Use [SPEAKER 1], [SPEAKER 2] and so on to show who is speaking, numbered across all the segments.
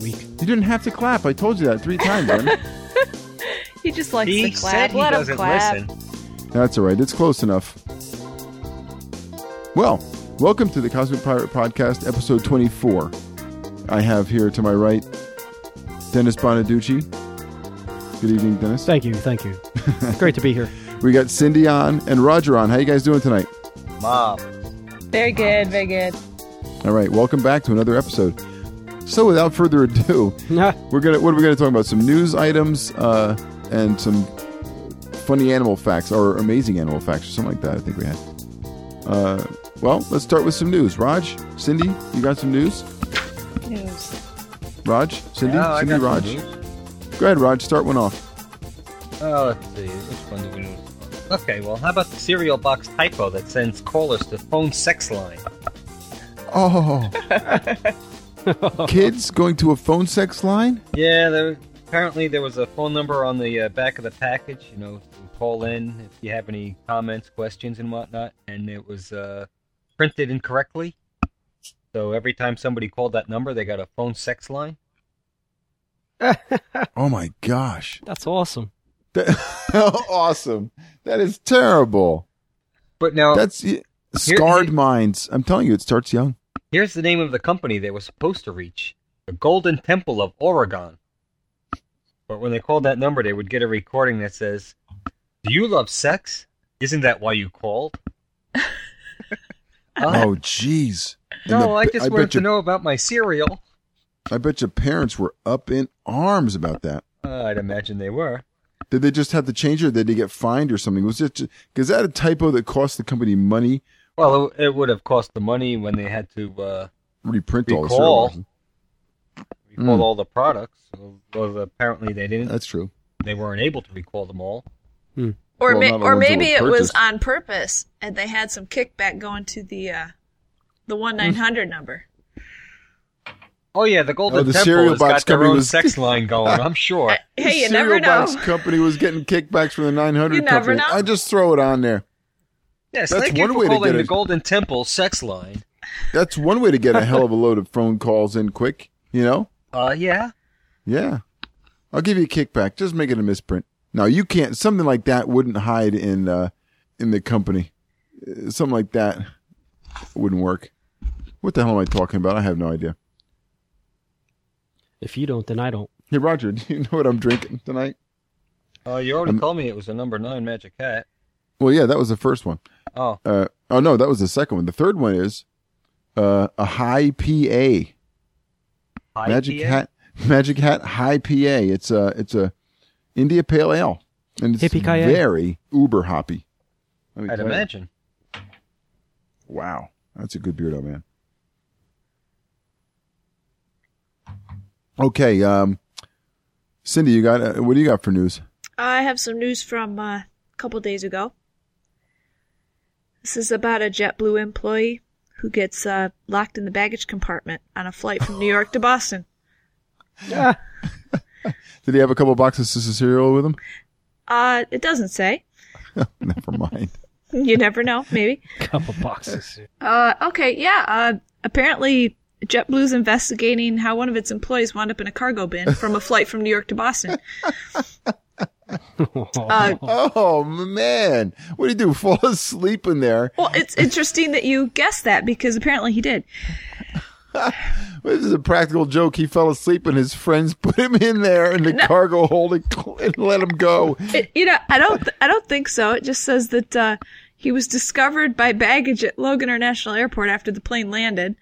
[SPEAKER 1] week.
[SPEAKER 2] You didn't have to clap. I told you that three times. Em.
[SPEAKER 3] He just likes
[SPEAKER 4] he
[SPEAKER 3] to clap.
[SPEAKER 4] said he
[SPEAKER 3] Let him
[SPEAKER 4] doesn't
[SPEAKER 3] clap.
[SPEAKER 4] listen.
[SPEAKER 2] That's all right. It's close enough. Well, welcome to the Cosmic Pirate Podcast, episode 24. I have here to my right Dennis Bonaducci. Good evening, Dennis.
[SPEAKER 1] Thank you, thank you. Great to be here.
[SPEAKER 2] We got Cindy on and Roger on. How you guys doing tonight?
[SPEAKER 4] Mom.
[SPEAKER 3] Very good, very good.
[SPEAKER 2] All right, welcome back to another episode. So, without further ado,
[SPEAKER 1] Nah,
[SPEAKER 2] we're gonna what are we gonna talk about? Some news items uh, and some funny animal facts or amazing animal facts or something like that. I think we had. Uh, well, let's start with some news. Raj, Cindy, you got some news?
[SPEAKER 3] News.
[SPEAKER 2] Raj, Cindy,
[SPEAKER 4] Oh, I
[SPEAKER 2] Cindy,
[SPEAKER 4] got
[SPEAKER 2] Raj.
[SPEAKER 4] some news.
[SPEAKER 2] Go ahead, Raj. Start one off.
[SPEAKER 4] Oh, let's see. Which one do we do? Okay, well, how about the cereal box typo that sends callers to phone sex line?
[SPEAKER 2] Oh, kids going to a phone sex line?
[SPEAKER 4] Yeah, there, apparently there was a phone number on the uh, back of the package. You know, to call in if you have any comments, questions, and whatnot. And it was uh, printed incorrectly. So every time somebody called that number, they got a phone sex line.
[SPEAKER 2] Oh my gosh,
[SPEAKER 1] that's awesome.
[SPEAKER 2] That- awesome! That is terrible.
[SPEAKER 4] But now,
[SPEAKER 2] That's scarred minds. I'm telling you, it starts young.
[SPEAKER 4] here's the name of the company they were supposed to reach the Golden Temple of Oregon. But when they called that number, they would get a recording that says, Do you love sex? Isn't that why you called? Uh,
[SPEAKER 2] Oh, jeez. And
[SPEAKER 4] no,
[SPEAKER 2] the-
[SPEAKER 4] I just
[SPEAKER 2] bet
[SPEAKER 4] wanted to
[SPEAKER 2] your-
[SPEAKER 4] know about my cereal.
[SPEAKER 2] I bet your parents were up in arms about that.
[SPEAKER 4] Uh, I'd imagine they were.
[SPEAKER 2] Did they just have to change it? Or did they get fined or something? Was it because that a typo that cost the company money?
[SPEAKER 4] Well, it, it would have cost the money when they had to uh,
[SPEAKER 2] Reprint all
[SPEAKER 4] recall,
[SPEAKER 2] the
[SPEAKER 4] recall
[SPEAKER 2] Mm.
[SPEAKER 4] all the products. Well, apparently they didn't.
[SPEAKER 2] That's true.
[SPEAKER 4] They weren't able to recall them all.
[SPEAKER 3] Or,
[SPEAKER 2] Well,
[SPEAKER 3] ma-
[SPEAKER 2] not the
[SPEAKER 3] or
[SPEAKER 2] ones that
[SPEAKER 3] maybe
[SPEAKER 2] were
[SPEAKER 3] it was
[SPEAKER 2] purchased.
[SPEAKER 3] on purpose, and they had some kickback going to the uh, the one nine hundred number.
[SPEAKER 4] Oh yeah, the Golden
[SPEAKER 2] Oh, the
[SPEAKER 4] Temple
[SPEAKER 2] cereal
[SPEAKER 4] has
[SPEAKER 2] box
[SPEAKER 4] got their
[SPEAKER 2] company
[SPEAKER 4] own
[SPEAKER 2] was-
[SPEAKER 4] sex line going. I'm sure.
[SPEAKER 2] The
[SPEAKER 3] Hey, you
[SPEAKER 2] cereal
[SPEAKER 3] never know.
[SPEAKER 2] box company was getting kickbacks from the 900
[SPEAKER 3] You never
[SPEAKER 2] company.
[SPEAKER 3] know.
[SPEAKER 2] I just throw it on there.
[SPEAKER 4] Yes,
[SPEAKER 2] That's
[SPEAKER 4] thank you
[SPEAKER 2] one
[SPEAKER 4] for
[SPEAKER 2] way to
[SPEAKER 4] calling
[SPEAKER 2] get
[SPEAKER 4] the
[SPEAKER 2] it.
[SPEAKER 4] Golden Temple sex line.
[SPEAKER 2] That's one way to get a hell of a load of phone calls in quick. You know?
[SPEAKER 4] Uh, yeah.
[SPEAKER 2] Yeah. I'll give you a kickback. Just make it a misprint. No, you can't. Something like that wouldn't hide in uh, in the company. Uh, Something like that wouldn't work. What the hell am I talking about? I have no idea.
[SPEAKER 1] If you don't, then I don't.
[SPEAKER 2] Hey, Roger, do you know what I'm drinking tonight?
[SPEAKER 4] Uh, you already
[SPEAKER 2] Um,
[SPEAKER 4] told me it was a number nine Magic Hat.
[SPEAKER 2] Well, yeah, that was the first one.
[SPEAKER 4] Oh,
[SPEAKER 2] Uh, oh no, that was the second one. The third one is uh, a high PA. Magic
[SPEAKER 4] IPA?
[SPEAKER 2] Hat Magic Hat High PA. It's a it's a India Pale Ale, and it's
[SPEAKER 1] Hippie Kaye.
[SPEAKER 2] very uber hoppy. Let me
[SPEAKER 4] I'd
[SPEAKER 2] tell you.
[SPEAKER 4] imagine.
[SPEAKER 2] Wow, that's a good beardo, man. Okay, um, Cindy, you got uh, what do you got for news?
[SPEAKER 3] I have some news from uh, a couple days ago. This is about a JetBlue employee who gets uh, locked in the baggage compartment on a flight from New York to Boston.
[SPEAKER 1] Ah,
[SPEAKER 2] Did he have a couple boxes of cereal with him?
[SPEAKER 3] Uh, it doesn't say.
[SPEAKER 2] Never mind.
[SPEAKER 3] You never know, maybe.
[SPEAKER 1] couple boxes.
[SPEAKER 3] Uh, okay, yeah. Uh, apparently, JetBlue's investigating how one of its employees wound up in a cargo bin from a flight from New York to Boston. Uh,
[SPEAKER 2] Oh man, what do you do? Fall asleep in there?
[SPEAKER 3] well, it's interesting that you guessed that because apparently he did.
[SPEAKER 2] This is a practical joke. He fell asleep, and his friends put him in there in the cargo hold and, and let him go.
[SPEAKER 3] It, you know, I don't, th- I don't think so. It just says that uh, he was discovered by baggage at Logan International Airport after the plane landed.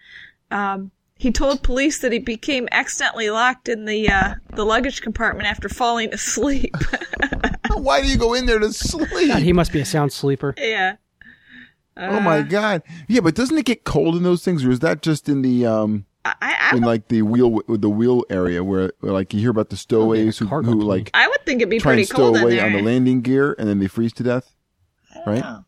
[SPEAKER 3] Um, he told police that he became accidentally locked in the uh, the luggage compartment after falling asleep.
[SPEAKER 2] Why do you go in there to sleep?
[SPEAKER 1] God, he must be a sound sleeper.
[SPEAKER 3] yeah. Uh,
[SPEAKER 2] oh my god! Yeah, but doesn't it get cold in those things, or is that just in the um?
[SPEAKER 3] I, I,
[SPEAKER 2] in
[SPEAKER 3] would,
[SPEAKER 2] like the wheel with the wheel area where, where like you hear about the stowaways who,
[SPEAKER 1] cargo
[SPEAKER 2] who
[SPEAKER 1] plane.
[SPEAKER 2] like
[SPEAKER 3] I would think it'd be
[SPEAKER 2] try
[SPEAKER 3] pretty
[SPEAKER 2] and stow
[SPEAKER 3] cold in
[SPEAKER 2] away
[SPEAKER 3] there.
[SPEAKER 2] on the landing gear and then they freeze to death right
[SPEAKER 3] know.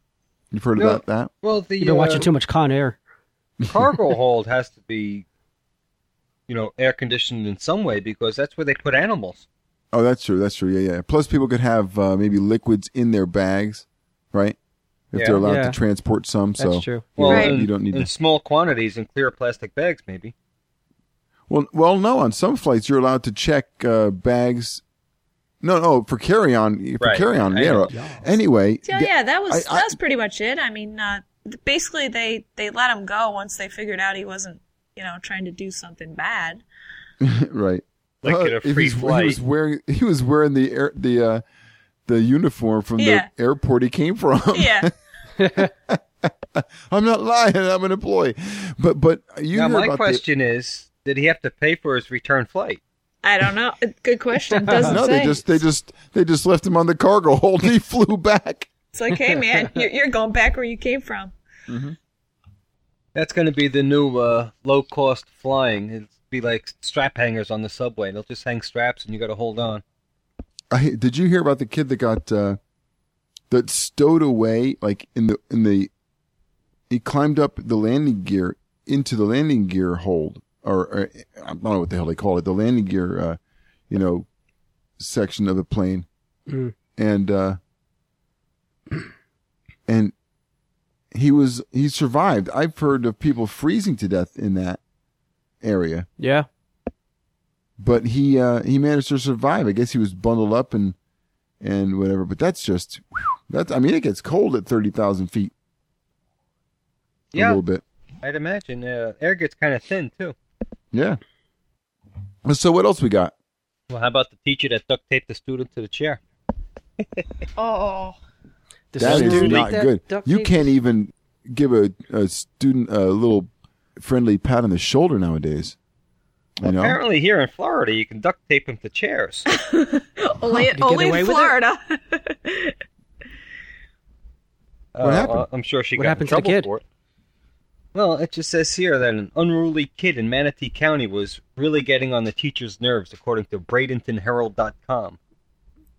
[SPEAKER 2] you've heard
[SPEAKER 4] No.
[SPEAKER 2] about that
[SPEAKER 4] Well, the
[SPEAKER 1] You've been
[SPEAKER 4] uh,
[SPEAKER 1] watching too much Con Air.
[SPEAKER 4] cargo hold has to be, you know, air conditioned in some way because that's where they put animals.
[SPEAKER 2] oh that's true that's true yeah yeah plus people could have uh, maybe liquids in their bags right if
[SPEAKER 4] Yeah.
[SPEAKER 2] they're allowed
[SPEAKER 1] Yeah.
[SPEAKER 2] to transport some
[SPEAKER 1] That's
[SPEAKER 2] so
[SPEAKER 1] true.
[SPEAKER 2] you
[SPEAKER 4] Well,
[SPEAKER 2] don't-
[SPEAKER 3] Right.
[SPEAKER 4] in,
[SPEAKER 2] you don't need
[SPEAKER 4] in
[SPEAKER 2] to
[SPEAKER 4] small quantities in clear plastic bags, maybe.
[SPEAKER 2] Well, well, no. On some flights, you're allowed to check uh, bags. No, no, for carry on, for
[SPEAKER 4] Right.
[SPEAKER 2] carry on.
[SPEAKER 4] I
[SPEAKER 2] Yeah.
[SPEAKER 4] know.
[SPEAKER 2] Anyway,
[SPEAKER 3] So, yeah,
[SPEAKER 2] th-
[SPEAKER 3] that was
[SPEAKER 2] I- I-
[SPEAKER 3] that was pretty much it. I mean, uh, th- basically they they let him go once they figured out he wasn't, you know, trying to do something bad.
[SPEAKER 2] right.
[SPEAKER 4] Like
[SPEAKER 2] Well,
[SPEAKER 4] in a
[SPEAKER 2] if he's-
[SPEAKER 4] free
[SPEAKER 2] Uh, He
[SPEAKER 4] flight.
[SPEAKER 2] was wearing he was wearing the air, the uh, the uniform from
[SPEAKER 3] Yeah.
[SPEAKER 2] the airport he came from.
[SPEAKER 3] Yeah,
[SPEAKER 2] I'm not lying. I'm an employee. But but you
[SPEAKER 4] now
[SPEAKER 2] heard
[SPEAKER 4] my
[SPEAKER 2] about
[SPEAKER 4] question is, did he have to pay for his return flight?
[SPEAKER 3] I don't know. Uh, Good question.
[SPEAKER 2] The,
[SPEAKER 3] Doesn't
[SPEAKER 2] no,
[SPEAKER 3] say.
[SPEAKER 2] they just they just they just left him on the cargo hold. and He flew back.
[SPEAKER 3] It's like, hey man, you're, you're going back where you came from.
[SPEAKER 4] That's going to be the new uh, low cost flying. It'll be like strap hangers on the subway. They'll just hang straps and you got to hold on.
[SPEAKER 2] I, did you hear about the kid that got uh, that stowed away like in the in the he climbed up the landing gear into the landing gear hold or, or I don't know what the hell they call it the landing gear uh, you know section of the plane
[SPEAKER 1] Mm.
[SPEAKER 2] and uh, and he was he survived. I've heard of people freezing to death in that area
[SPEAKER 1] Yeah.
[SPEAKER 2] but he uh, he managed to survive. I guess he was bundled up and and whatever. But that's just that's. I mean, it gets cold at thirty thousand feet. A
[SPEAKER 4] Yeah,
[SPEAKER 2] little bit.
[SPEAKER 4] I'd imagine. Uh, air gets kind of thin, too.
[SPEAKER 2] Yeah. So what else we got?
[SPEAKER 4] Well, how about the teacher that duct taped the student to the chair?
[SPEAKER 3] Oh,
[SPEAKER 1] Does
[SPEAKER 2] That
[SPEAKER 1] someone
[SPEAKER 2] is
[SPEAKER 1] make
[SPEAKER 2] not
[SPEAKER 1] that
[SPEAKER 2] good.
[SPEAKER 1] duct
[SPEAKER 2] You
[SPEAKER 1] tape?
[SPEAKER 2] can't even give a, a student a little friendly pat on the shoulder nowadays. You know,
[SPEAKER 4] Apparently, here in Florida, you can duct tape them to chairs.
[SPEAKER 3] only
[SPEAKER 1] Huh, to Oh, get
[SPEAKER 3] only
[SPEAKER 1] away
[SPEAKER 3] in
[SPEAKER 1] with it?
[SPEAKER 3] Florida.
[SPEAKER 2] What happened?
[SPEAKER 4] Uh, I'm sure she
[SPEAKER 1] What
[SPEAKER 4] got
[SPEAKER 1] happened to
[SPEAKER 4] in
[SPEAKER 1] the
[SPEAKER 4] trouble
[SPEAKER 1] kid?
[SPEAKER 4] for it. Well, it just says here that an unruly kid in Manatee County was really getting on the teacher's nerves, according to BradentonHerald.com.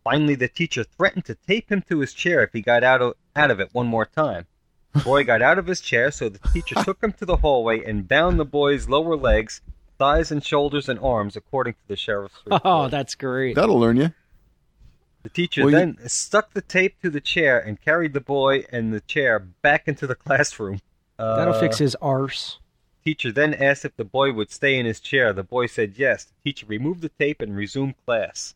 [SPEAKER 4] Finally, the teacher threatened to tape him to his chair if he got out of, out of it one more time. The boy got out of his chair, so the teacher took him to the hallway and bound the boy's lower legs, thighs, and shoulders and arms, according to the sheriff's report.
[SPEAKER 1] Oh, that's great.
[SPEAKER 2] that'll learn you.
[SPEAKER 4] The teacher
[SPEAKER 2] Well, you-
[SPEAKER 4] then stuck the tape to the chair and carried the boy and the chair back into the classroom. Uh,
[SPEAKER 1] That'll fix his arse.
[SPEAKER 4] Teacher then asked if the boy would stay in his chair. The boy said yes. The teacher removed the tape and resumed class.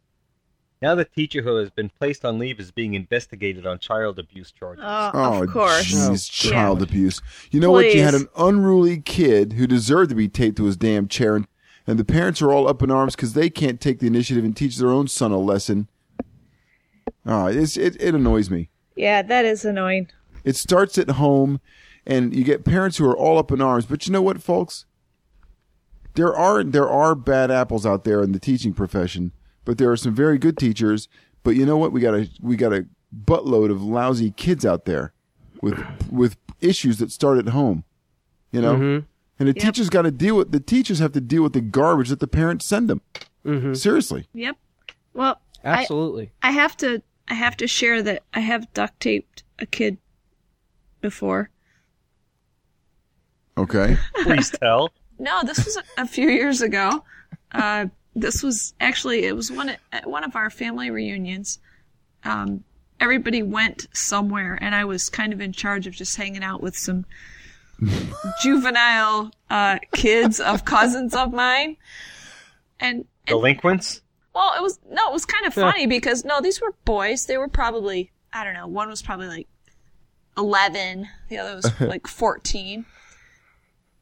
[SPEAKER 4] Now the teacher who has been placed on leave is being investigated on child abuse charges.
[SPEAKER 3] oh,
[SPEAKER 2] Oh,
[SPEAKER 3] of course.
[SPEAKER 2] jeez,
[SPEAKER 1] Yeah.
[SPEAKER 2] child abuse. You know what? You had an unruly kid who deserved to be taped to his damn chair, and, and the parents are all up in arms because they can't take the initiative and teach their own son a lesson. Ah, it's, it it annoys me.
[SPEAKER 3] Yeah, that is annoying.
[SPEAKER 2] It starts at home, and you get parents who are all up in arms. But you know what, folks? There are there are bad apples out there in the teaching profession, but there are some very good teachers. But you know what? We got a we got a buttload of lousy kids out there with with issues that start at home. You know, and the teachers got to deal with the teachers have to deal with the garbage that the parents send them. Seriously,
[SPEAKER 3] Yep. Well, I,
[SPEAKER 1] Absolutely.
[SPEAKER 3] I have to I have to share that I have duct taped a kid before.
[SPEAKER 2] okay.
[SPEAKER 4] Please tell.
[SPEAKER 3] No, this was a, a few years ago. Uh, this was actually it was one at one of our family reunions. Um, everybody went somewhere, and I was kind of in charge of just hanging out with some juvenile uh, kids of cousins of mine. And, and
[SPEAKER 4] Delinquents?
[SPEAKER 3] well, it was no, it was kind of funny because no, these were boys. They were probably I don't know. One was probably like eleven. The other was like fourteen,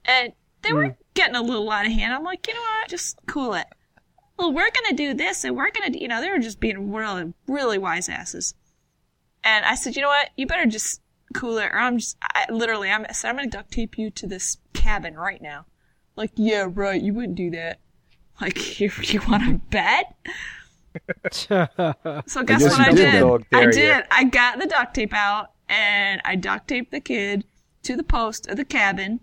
[SPEAKER 3] and they were getting a little out of hand. I'm like, you know what? Just cool it. Well, we're gonna do this, and we're gonna, do-" you know, they were just being really, really wise asses. And I said, you know what? You better just cool it, or I'm just I, literally, I'm, I said, I'm gonna duct tape you to this cabin right now. Like, yeah, right. You wouldn't do that. Like, you, you want to bet? So guess
[SPEAKER 2] guess
[SPEAKER 3] what
[SPEAKER 2] you
[SPEAKER 3] I
[SPEAKER 2] did
[SPEAKER 3] did?
[SPEAKER 2] then.
[SPEAKER 4] Dog,
[SPEAKER 3] I
[SPEAKER 4] dare
[SPEAKER 3] did.
[SPEAKER 4] ya.
[SPEAKER 3] I got the duct tape out and I duct taped the kid to the post of the cabin.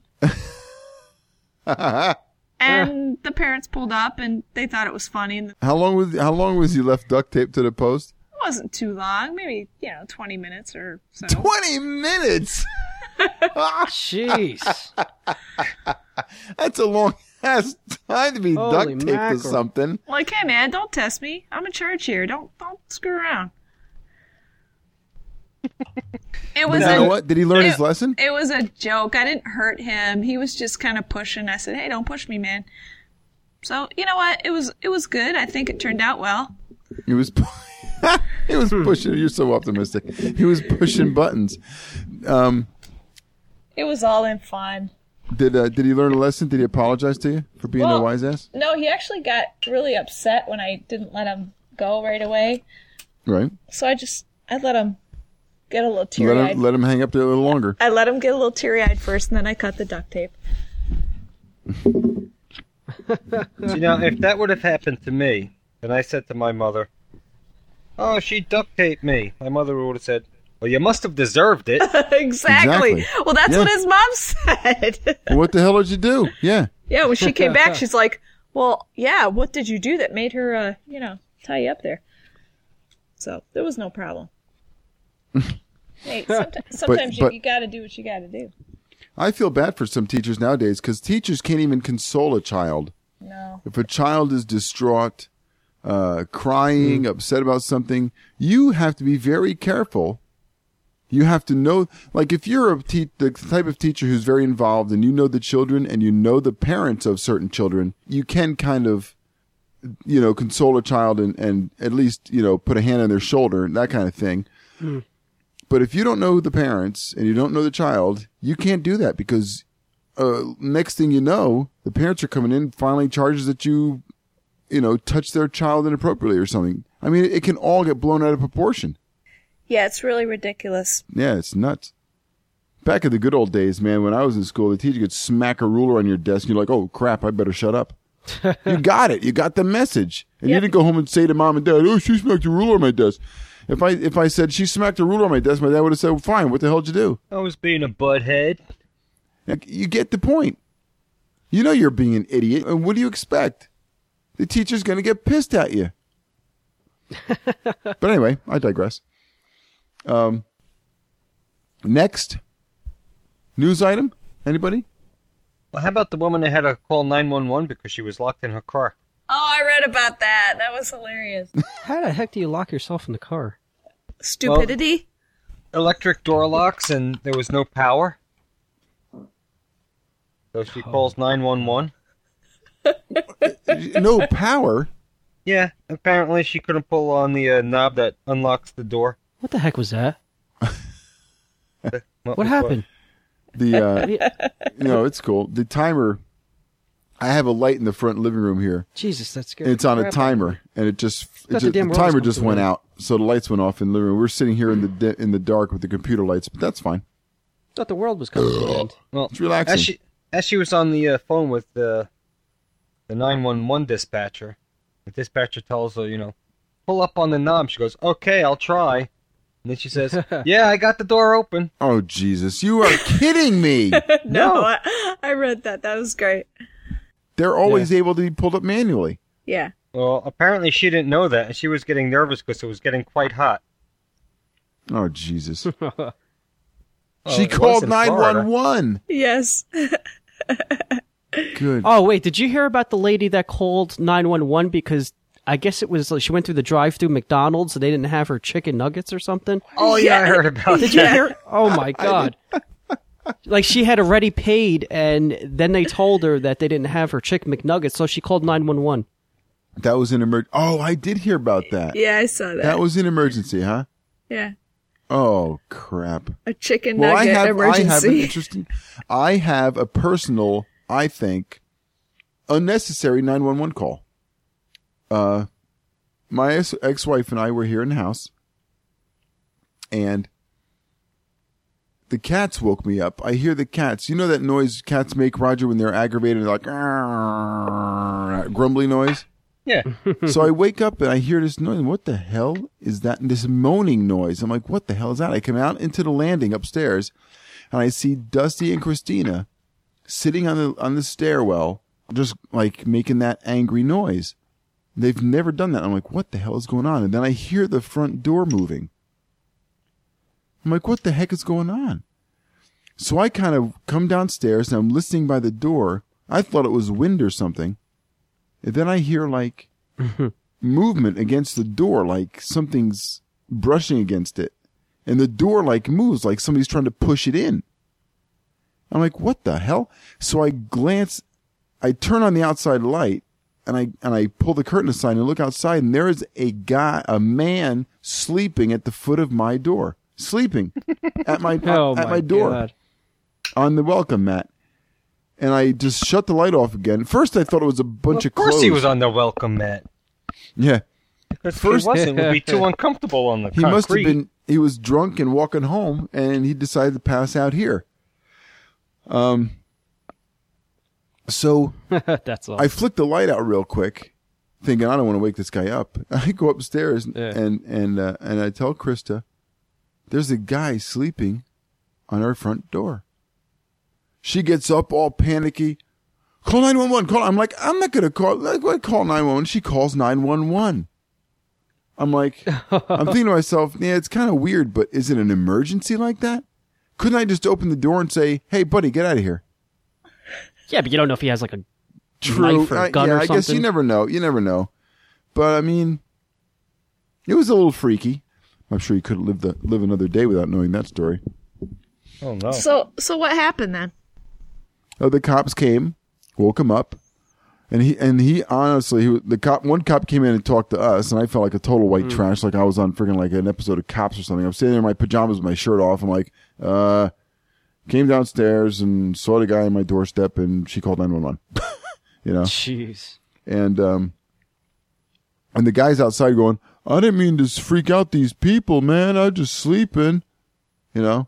[SPEAKER 3] and the parents pulled up and they thought it was funny and it
[SPEAKER 2] How long was how long was he left duct taped to the post?
[SPEAKER 3] wasn't too long, maybe, you know, 20 minutes or so.
[SPEAKER 2] Twenty minutes.
[SPEAKER 1] Jeez.
[SPEAKER 2] That's a long ass time to be duct
[SPEAKER 1] Holy
[SPEAKER 2] taped
[SPEAKER 1] mackerel.
[SPEAKER 2] to something.
[SPEAKER 3] like, hey man, don't test me. I'm in charge here. Don't don't screw around. It was
[SPEAKER 2] But
[SPEAKER 3] a
[SPEAKER 2] you know what? Did he learn his
[SPEAKER 3] it-
[SPEAKER 2] lesson?
[SPEAKER 3] It was a joke. I didn't hurt him. He was just kind of pushing. I said, "Hey, don't push me, man."
[SPEAKER 5] So you know what? It was it was good. I think it turned out well.
[SPEAKER 2] He was he was
[SPEAKER 1] Hmm.
[SPEAKER 2] pushing. You're so optimistic. He was pushing buttons. Um,
[SPEAKER 5] It was all in fun.
[SPEAKER 2] did uh, did he learn a lesson? Did he apologize to you for being a
[SPEAKER 5] Well-
[SPEAKER 2] wise
[SPEAKER 3] uh,
[SPEAKER 2] ass?
[SPEAKER 5] No, he actually got really upset when I didn't let him go right away.
[SPEAKER 2] Right.
[SPEAKER 5] So I just I let him get a little
[SPEAKER 2] Let
[SPEAKER 5] teary eyed.
[SPEAKER 2] him let him hang up there a little longer.
[SPEAKER 5] I let him get a little teary eyed first, and then I cut the duct tape.
[SPEAKER 4] You know, if that would have happened to me, and I said to my mother, "Oh, she duct taped me," my mother would have said, "Well, you must have deserved it."
[SPEAKER 5] exactly.
[SPEAKER 2] Exactly.
[SPEAKER 5] Well, that's
[SPEAKER 2] Yeah.
[SPEAKER 5] what his mom said.
[SPEAKER 2] What the hell did you do? Yeah.
[SPEAKER 5] yeah, when she came back, she's like, "Well, yeah, what did you do that made her, uh, you know, tie you up there?" So there was no problem. hey, someti- sometimes
[SPEAKER 2] but-
[SPEAKER 5] you, you got to do what you got to do.
[SPEAKER 2] I feel bad for some teachers nowadays because teachers can't even console a child.
[SPEAKER 5] No,
[SPEAKER 2] If a child is distraught, uh, crying, upset about something, you have to be very careful. You have to know, like, if you're a te- the type of teacher who's very involved and you know the children and you know the parents of certain children, you can kind of, you know, console a child and, and at least, you know, put a hand on their shoulder and that kind of thing. But if you don't know the parents and you don't know the child, you can't do that because uh, next thing you know, the parents are coming in filing charges that you, you know, touched their child inappropriately or something. I mean, it can all get blown out of proportion.
[SPEAKER 5] yeah, it's really ridiculous.
[SPEAKER 2] Yeah, it's nuts. Back in the good old days, man, when I was in school, the teacher could smack a ruler on your desk and you're like, oh crap, I better shut up. you got it. You got the message. And you
[SPEAKER 5] Yep.
[SPEAKER 2] didn't go home and say to mom and dad, oh, she smacked a ruler on my desk. If I if I said she smacked a ruler on my desk, my dad would have said, fine, what the hell did you do?
[SPEAKER 4] I was being a butthead.
[SPEAKER 2] Like, You get the point. You know you're being an idiot, and what do you expect? The teacher's going to get pissed at you. but anyway, I digress. Um, next news item. Anybody?
[SPEAKER 4] Well, how about the woman that had to call 911 because she was locked in her car?
[SPEAKER 5] Oh, I read about that. That was hilarious.
[SPEAKER 1] How the heck do you lock yourself in the car?
[SPEAKER 5] Stupidity.
[SPEAKER 4] Electric door locks, and there was no power. So she calls 911.
[SPEAKER 2] No power.
[SPEAKER 4] Yeah, apparently she couldn't pull on the uh, knob that unlocks the door.
[SPEAKER 1] What the heck was that? What
[SPEAKER 4] was-
[SPEAKER 1] happened?
[SPEAKER 2] The uh,
[SPEAKER 1] Yeah,
[SPEAKER 2] no, it's cool. The timer. I have a light in the front living room here.
[SPEAKER 1] Jesus, that's scary.
[SPEAKER 2] and it's on a
[SPEAKER 1] Crap.
[SPEAKER 2] timer, and it just, it
[SPEAKER 1] Not
[SPEAKER 2] just
[SPEAKER 1] the damn
[SPEAKER 2] the
[SPEAKER 1] world's
[SPEAKER 2] timer
[SPEAKER 1] going
[SPEAKER 2] just
[SPEAKER 1] through
[SPEAKER 2] went
[SPEAKER 1] it.
[SPEAKER 2] out, so the lights went off in the living room. We're sitting here in the di- in the dark with the computer lights, but that's fine.
[SPEAKER 1] Thought the world was coming to an end.
[SPEAKER 4] Well,
[SPEAKER 2] It's relaxing.
[SPEAKER 4] As she, as she was on the uh, phone with the the 911 dispatcher, the dispatcher tells her, you know, pull up on the knob. She goes, okay, I'll try. And then she says, yeah, I got the door open.
[SPEAKER 2] Oh Jesus, you are kidding me!
[SPEAKER 4] No.
[SPEAKER 5] I, I read that. That was great.
[SPEAKER 2] They're always able to be pulled up manually.
[SPEAKER 5] Yeah.
[SPEAKER 4] Well, apparently she didn't know that, and she was getting nervous because it was getting quite hot.
[SPEAKER 2] Oh Jesus,
[SPEAKER 4] Well,
[SPEAKER 2] she
[SPEAKER 4] it was
[SPEAKER 2] called
[SPEAKER 4] in Florida.
[SPEAKER 2] nine one one.
[SPEAKER 5] Yes.
[SPEAKER 2] Good.
[SPEAKER 1] Oh wait, did you hear about the lady that called nine one one because I guess it was like, she went through the drive-through McDonald's and they didn't have her chicken nuggets or something?
[SPEAKER 4] Oh yeah, I heard about
[SPEAKER 1] Did
[SPEAKER 4] that.
[SPEAKER 1] you hear? Oh my god! like she had already paid, and then they told her that they didn't have her chicken McNuggets, so she called nine one one.
[SPEAKER 2] That was an emerg. Oh, I did hear about that.
[SPEAKER 5] Yeah, I saw that.
[SPEAKER 2] That was an emergency, huh?
[SPEAKER 5] yeah.
[SPEAKER 2] Oh crap.
[SPEAKER 5] A chicken
[SPEAKER 2] Well, I
[SPEAKER 5] nugget
[SPEAKER 2] have
[SPEAKER 5] emergency.
[SPEAKER 2] I have an interesting. I have a personal, I think, unnecessary nine one one call. Uh, my ex wife and I were here in the house, and the cats woke me up. I hear the cats. You know that noise cats make, Roger, when they're aggravated, like "Arrgh," grumbly noise.
[SPEAKER 4] Yeah,
[SPEAKER 2] so I wake up and I hear this noise. What the hell is that? This moaning noise. I'm like, what the hell is that? I come out into the landing upstairs and I see Dusty and Christina sitting on the, on the stairwell, just like making that angry noise. They've never done that. I'm like, what the hell is going on? And then I hear the front door moving. I'm like, what the heck is going on? So I kind of come downstairs and I'm listening by the door. I thought it was wind or something. And then I hear like movement against the door, like something's brushing against it. And the door like moves, like somebody's trying to push it in. I'm like, what the hell? So I glance, I turn on the outside light and I and I pull the curtain aside and look outside, and there is a guy, a man sleeping at the foot of my door, sleeping at my
[SPEAKER 1] Oh
[SPEAKER 2] at,
[SPEAKER 1] my,
[SPEAKER 2] at my door
[SPEAKER 1] God.
[SPEAKER 2] on the welcome mat. And I just shut the light off again. First, I thought it was a bunch
[SPEAKER 4] of
[SPEAKER 2] of
[SPEAKER 4] course
[SPEAKER 2] clothes.
[SPEAKER 4] he was on the welcome mat.
[SPEAKER 2] Yeah,
[SPEAKER 4] Because if
[SPEAKER 2] First-
[SPEAKER 4] he wasn't, it would be too uncomfortable on the
[SPEAKER 2] he
[SPEAKER 4] concrete.
[SPEAKER 2] must have been. He was drunk and walking home, and he decided to pass out here. Um. So
[SPEAKER 1] That's all.
[SPEAKER 2] I flick the light out real quick, thinking I don't want to wake this guy up. I go upstairs and
[SPEAKER 1] Yeah.
[SPEAKER 2] and and, uh, and I tell Krista, "There's a guy sleeping on our front door." She gets up all panicky. Call nine one one. Call. I'm like, I'm not gonna call. Like, what? Call nine one one. She calls nine one one. I'm like, I'm thinking to myself, yeah, it's kind of weird, but is it an emergency like that? Couldn't I just open the door and say, "Hey, buddy, get out of here"?
[SPEAKER 1] yeah, but you don't know if he has like a
[SPEAKER 2] True.
[SPEAKER 1] knife or
[SPEAKER 2] I-
[SPEAKER 1] gun
[SPEAKER 2] yeah,
[SPEAKER 1] or
[SPEAKER 2] I guess you
[SPEAKER 1] something.
[SPEAKER 2] never know. You never know. But I mean, it was a little freaky. I'm sure you could live the live another day without knowing that story.
[SPEAKER 4] Oh no!
[SPEAKER 5] So so what happened then?
[SPEAKER 2] Oh, the cops came, woke him up, and he and he honestly, he, was- the cop one cop came in and talked to us, and I felt like a total white
[SPEAKER 1] Mm.
[SPEAKER 2] trash, like I was on freaking like an episode of Cops or something. I'm sitting there in my pajamas with my shirt off. I'm like, uh, came downstairs and saw the guy on my doorstep, and she called nine one one. You know.
[SPEAKER 1] jeez.
[SPEAKER 2] and um, and the guys outside going, "I didn't mean to freak out these people, man. I'm just sleeping," you know.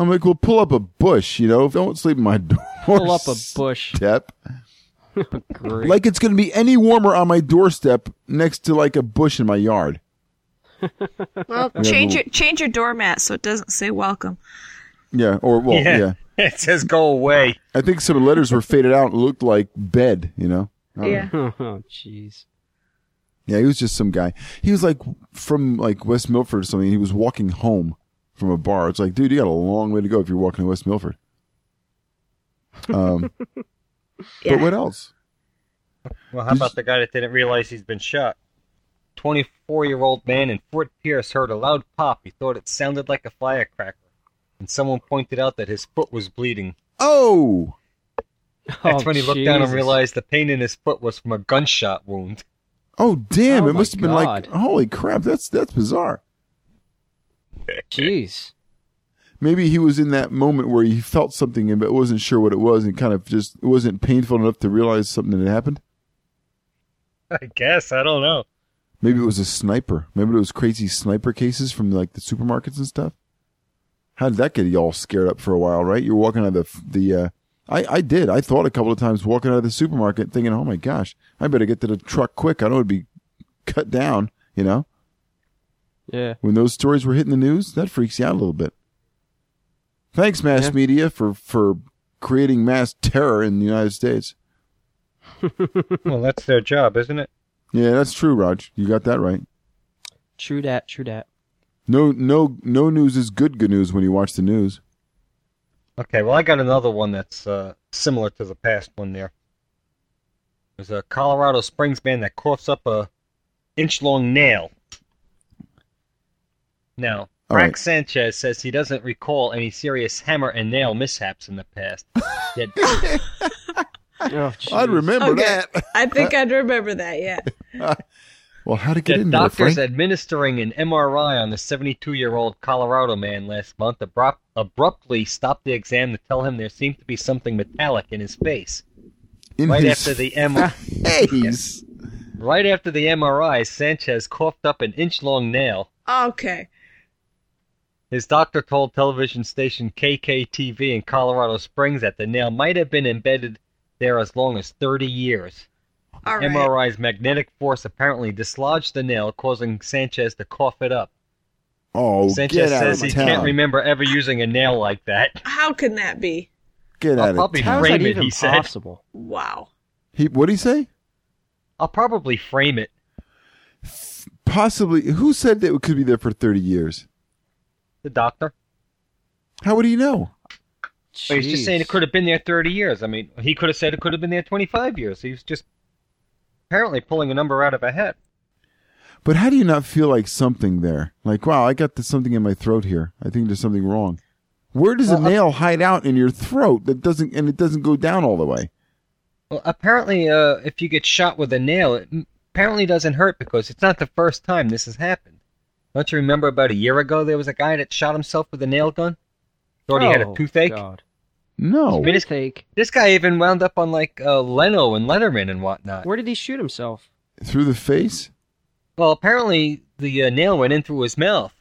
[SPEAKER 2] I'm like, "Well, pull up a bush, you know. Don't sleep in my door."
[SPEAKER 1] Pull up a bush.
[SPEAKER 2] step.
[SPEAKER 1] Great.
[SPEAKER 2] Like it's going to be any warmer on my doorstep next to like a bush in my yard.
[SPEAKER 5] Well, change your change your doormat so it doesn't say welcome.
[SPEAKER 2] Yeah, or well, yeah.
[SPEAKER 4] It says go away.
[SPEAKER 2] I think some of the letters were faded out and looked like bed, you know. I don't know.
[SPEAKER 1] oh, jeez.
[SPEAKER 2] Yeah, he was just some guy. He was like from like West Milford or something. He was walking home from a bar. It's like, dude, you got a long way to go if you're walking to West Milford. Um,
[SPEAKER 5] Yeah.
[SPEAKER 2] But what else?
[SPEAKER 4] Well, how about the guy that didn't realize he's been shot? Twenty-four-year-old man in Fort Pierce heard a loud pop. He thought it sounded like a firecracker, and someone pointed out that his foot was bleeding.
[SPEAKER 2] Oh,
[SPEAKER 4] That's when he looked down and
[SPEAKER 1] Jesus.
[SPEAKER 4] realized the pain in his foot was from a gunshot wound.
[SPEAKER 2] oh, damn!
[SPEAKER 1] Oh
[SPEAKER 2] it
[SPEAKER 1] my
[SPEAKER 2] must have been like,
[SPEAKER 1] God.
[SPEAKER 2] holy crap! That's that's bizarre.
[SPEAKER 1] Jeez.
[SPEAKER 2] Maybe he was in that moment where he felt something but wasn't sure what it was, and kind of just it wasn't painful enough to realize something had happened.
[SPEAKER 4] I guess I don't know.
[SPEAKER 2] Maybe it was a sniper. Maybe it was crazy sniper cases from like the supermarkets and stuff. How did that get y'all scared up for a while? Right, you're walking out of the the. Uh, I I did. I thought a couple of times walking out of the supermarket, thinking, "Oh my gosh, I better get to the truck quick. I don't want to be cut down." You know,
[SPEAKER 1] Yeah.
[SPEAKER 2] when those stories were hitting the news, that freaks you out a little bit. Thanks, mass
[SPEAKER 1] Yeah.
[SPEAKER 2] media, for for creating mass terror in the United States.
[SPEAKER 4] well, that's their job, isn't it?
[SPEAKER 2] Yeah, that's true, Raj. You got that right.
[SPEAKER 1] True that. True that.
[SPEAKER 2] No, no, no news is good good news when you watch the news.
[SPEAKER 4] Okay, well, I got another one that's uh, similar to the past one there. There's a Colorado Springs man that coughs up a inch-long nail. Now,
[SPEAKER 2] All
[SPEAKER 4] Frank
[SPEAKER 2] right.
[SPEAKER 4] Sanchez says he doesn't recall any serious hammer and nail mishaps in the past. Yet,
[SPEAKER 1] Oh,
[SPEAKER 2] I'd
[SPEAKER 1] jeez.
[SPEAKER 2] remember
[SPEAKER 5] Okay.
[SPEAKER 2] that.
[SPEAKER 5] I think
[SPEAKER 2] Uh,
[SPEAKER 5] I'd remember that. Yeah.
[SPEAKER 2] Well, how to get
[SPEAKER 4] yet
[SPEAKER 2] in there,
[SPEAKER 4] doctors
[SPEAKER 2] Frank?
[SPEAKER 4] administering an MRI on the 72-year-old Colorado man last month abrupt, abruptly stopped the exam to tell him there seemed to be something metallic in his face.
[SPEAKER 2] in
[SPEAKER 4] Right
[SPEAKER 2] his
[SPEAKER 4] after the MRI.
[SPEAKER 2] face.
[SPEAKER 4] Right after the MRI, Sanchez coughed up an inch long nail.
[SPEAKER 5] Okay.
[SPEAKER 4] His doctor told television station KKTV in Colorado Springs that the nail might have been embedded there as long as 30 years.
[SPEAKER 5] All right.
[SPEAKER 4] MRI's magnetic force apparently dislodged the nail, causing Sanchez to cough it up.
[SPEAKER 2] Oh,
[SPEAKER 4] Sanchez
[SPEAKER 2] get out
[SPEAKER 4] says
[SPEAKER 2] of
[SPEAKER 4] he
[SPEAKER 2] town!
[SPEAKER 4] can't remember ever using a nail like that.
[SPEAKER 5] How can that be?
[SPEAKER 2] Get
[SPEAKER 4] I'll
[SPEAKER 2] out of
[SPEAKER 4] probably
[SPEAKER 2] town!
[SPEAKER 1] How is that
[SPEAKER 4] Frame it,
[SPEAKER 1] even
[SPEAKER 4] he said.
[SPEAKER 1] possible?
[SPEAKER 5] Wow.
[SPEAKER 2] He, what'd he say?
[SPEAKER 4] I'll probably frame it.
[SPEAKER 2] Possibly. Who said that it could be there for thirty years?
[SPEAKER 4] The doctor.
[SPEAKER 2] How would he know?
[SPEAKER 4] But he's just saying it could have been there 30 years. I mean, he could have said it could have been there 25 years. He was just apparently pulling a number out of a hat.
[SPEAKER 2] But how do you not feel like something there? Like, wow, I got this, something in my throat here. I think there's something wrong.
[SPEAKER 4] uh,
[SPEAKER 2] Where does a nail hide out in your throat that doesn't and it doesn't go down all the way?
[SPEAKER 4] Well, apparently, uh, if you get shot with a nail, it m- apparently doesn't hurt because it's not the first time this has happened. Don't you remember about a year ago there was a guy that shot himself with a nail gun? Thought he had a
[SPEAKER 1] Oh,
[SPEAKER 4] toothache.
[SPEAKER 1] God.
[SPEAKER 2] No.
[SPEAKER 4] Really?
[SPEAKER 1] Toothache.
[SPEAKER 4] This guy even wound up on like uh, Leno and Letterman and whatnot.
[SPEAKER 1] Where did he shoot himself?
[SPEAKER 2] Through the face?
[SPEAKER 4] Well, apparently the uh, nail went in through his mouth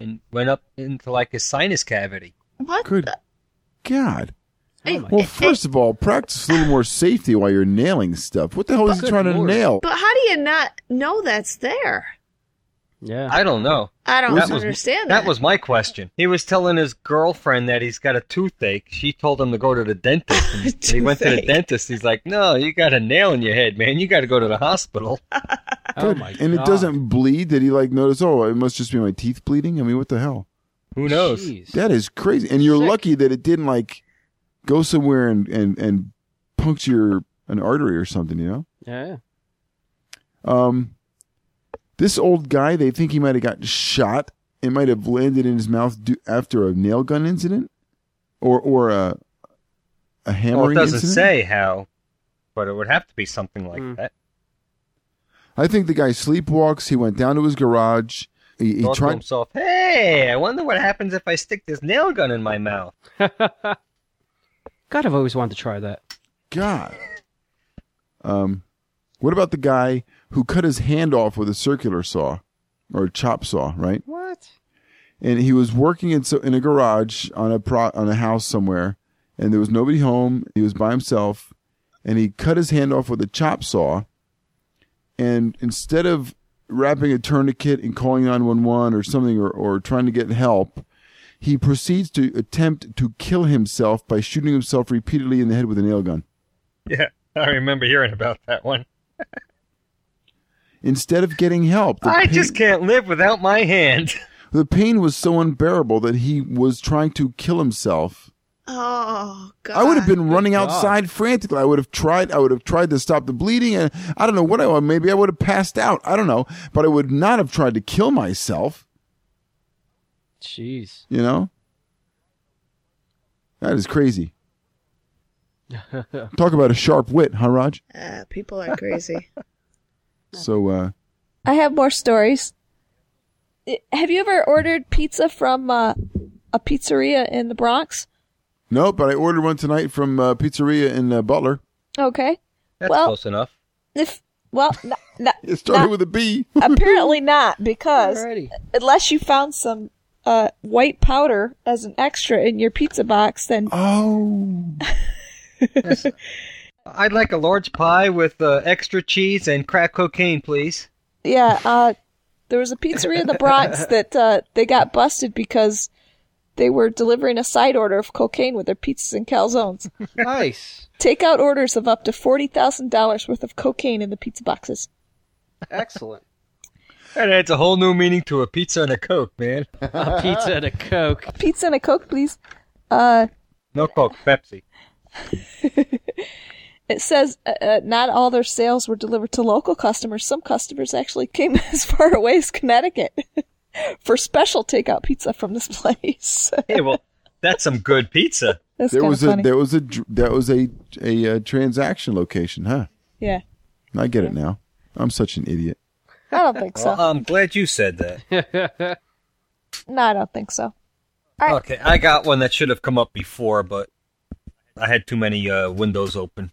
[SPEAKER 4] and went up into like his sinus cavity.
[SPEAKER 5] What?
[SPEAKER 2] Good
[SPEAKER 5] the-
[SPEAKER 2] God.
[SPEAKER 1] Oh my
[SPEAKER 2] Well, first of all, practice a little more safety while you're nailing stuff. What the hell is he
[SPEAKER 1] Good
[SPEAKER 2] trying
[SPEAKER 1] Lord.
[SPEAKER 2] to nail?
[SPEAKER 5] But how do you not know that's there?
[SPEAKER 1] Yeah.
[SPEAKER 4] I don't know.
[SPEAKER 5] I don't
[SPEAKER 2] That was-
[SPEAKER 5] understand that.
[SPEAKER 4] That was my question. He was telling his girlfriend that he's got a toothache. She told him to go to the dentist. And when he went to the
[SPEAKER 5] Toothache.
[SPEAKER 4] dentist. He's like, "No, you got a nail in your head, man. You got to go to the hospital."
[SPEAKER 1] oh
[SPEAKER 2] Good.
[SPEAKER 1] my
[SPEAKER 2] and
[SPEAKER 1] God.
[SPEAKER 2] it doesn't bleed. Did he like notice? Oh, it must just be my teeth bleeding. I mean, what the hell?
[SPEAKER 4] Who knows?
[SPEAKER 1] Jeez.
[SPEAKER 2] That is crazy. And you're
[SPEAKER 1] Sick.
[SPEAKER 2] lucky that it didn't like go somewhere and and and puncture an artery or something. You know.
[SPEAKER 1] Yeah.
[SPEAKER 2] Um, this old guy, they think he might have got shot. It might have landed in his mouth due, after a nail gun incident, or or a a
[SPEAKER 4] Well, it
[SPEAKER 2] hammering
[SPEAKER 4] doesn't
[SPEAKER 2] incident.
[SPEAKER 4] say how, but it would have to be something like
[SPEAKER 1] Hmm.
[SPEAKER 4] that.
[SPEAKER 2] I think the guy sleepwalks. He went down to his garage. He, he
[SPEAKER 4] Thought to
[SPEAKER 2] tried.
[SPEAKER 4] himself, "Hey, I wonder what happens if I stick this nail gun in my mouth."
[SPEAKER 1] God, I've always wanted to try that.
[SPEAKER 2] God. Um, what about the guy who cut his hand off with a circular saw or a chop saw, right?
[SPEAKER 1] What?
[SPEAKER 2] And he was working in so in a garage on a pro on a house somewhere, and there was nobody home. He was by himself, and he cut his hand off with a chop saw. And instead of wrapping a tourniquet and calling nine one one or something or, or trying to get help, he proceeds to attempt to kill himself by shooting himself repeatedly in the head with a nail gun.
[SPEAKER 4] Yeah, I remember hearing about that one.
[SPEAKER 2] instead of getting help. The,
[SPEAKER 4] I
[SPEAKER 2] pain,
[SPEAKER 4] just can't live without my hand.
[SPEAKER 2] the pain was so unbearable that he was trying to kill himself.
[SPEAKER 5] Oh God!
[SPEAKER 2] I would have been running
[SPEAKER 1] God.
[SPEAKER 2] outside frantically. I would have tried. I would have tried to stop the bleeding, and I don't know what I would. Maybe I would have passed out. I don't know, but I would not have tried to kill myself.
[SPEAKER 1] Jeez.
[SPEAKER 2] You know, that is crazy. Talk about a sharp wit, huh, Raj?
[SPEAKER 5] Uh, people are crazy.
[SPEAKER 2] So, uh,
[SPEAKER 3] I have more stories. I- Have you ever ordered pizza from uh, a pizzeria in the Bronx?
[SPEAKER 2] no, but I ordered one tonight from uh, pizzeria in uh, Butler.
[SPEAKER 3] Okay.
[SPEAKER 4] That's
[SPEAKER 3] Well-
[SPEAKER 4] close enough.
[SPEAKER 3] If well, n- n-
[SPEAKER 2] It started
[SPEAKER 3] not-
[SPEAKER 2] with a B.
[SPEAKER 3] apparently not because
[SPEAKER 1] Alrighty.
[SPEAKER 3] unless you found some uh, white powder as an extra in your pizza box, then
[SPEAKER 2] oh,
[SPEAKER 4] I'd like a large pie with uh, extra cheese and crack cocaine, please.
[SPEAKER 3] yeah, uh, there was a pizzeria in the Bronx that uh, they got busted because they were delivering a side order of cocaine with their pizzas and calzones.
[SPEAKER 1] Nice.
[SPEAKER 3] Takeout orders of up to forty thousand dollars worth of cocaine in the pizza boxes.
[SPEAKER 1] Excellent.
[SPEAKER 4] That adds a whole new meaning to a pizza and a coke, man.
[SPEAKER 1] A pizza and a Coke.
[SPEAKER 3] Pizza and a coke, please. Uh,
[SPEAKER 4] No coke, Pepsi.
[SPEAKER 3] It says uh, uh, not all their sales were delivered to local customers. Some customers actually came as far away as Connecticut for special takeout pizza from this place.
[SPEAKER 4] Hey, well, that's some good pizza.
[SPEAKER 3] That's
[SPEAKER 2] there
[SPEAKER 3] kind of
[SPEAKER 2] was a
[SPEAKER 3] funny.
[SPEAKER 2] there was a dr- that was a a, uh transaction location, huh?
[SPEAKER 3] Yeah,
[SPEAKER 2] I get it now. I'm such an idiot.
[SPEAKER 3] I don't think so.
[SPEAKER 4] Well, I'm glad you said that.
[SPEAKER 3] no, I don't think so. Alright.
[SPEAKER 4] Okay, I got one that should have come up before, but I had too many uh, windows open.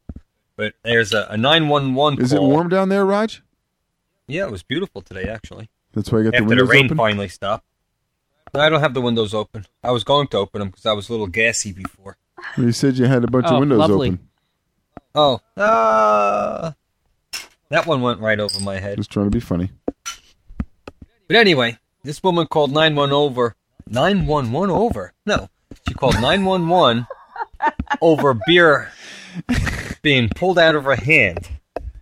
[SPEAKER 4] But there's a, a 911
[SPEAKER 2] Is it
[SPEAKER 4] call.
[SPEAKER 2] warm down there, Raj?
[SPEAKER 4] Yeah, it was beautiful today, actually.
[SPEAKER 2] That's why I got the
[SPEAKER 4] After the
[SPEAKER 2] windows
[SPEAKER 4] rain
[SPEAKER 2] open.
[SPEAKER 4] finally stopped. No, I don't have the windows open. I was going to open them because I was a little gassy before.
[SPEAKER 2] You said you had a bunch
[SPEAKER 1] Oh,
[SPEAKER 2] of windows
[SPEAKER 1] lovely.
[SPEAKER 2] open.
[SPEAKER 4] Oh, ah, that one went right over my head.
[SPEAKER 2] Just trying to be funny.
[SPEAKER 4] But anyway, this woman called 911 over. 911 over? No. She called 911 over beer being pulled out of her hand.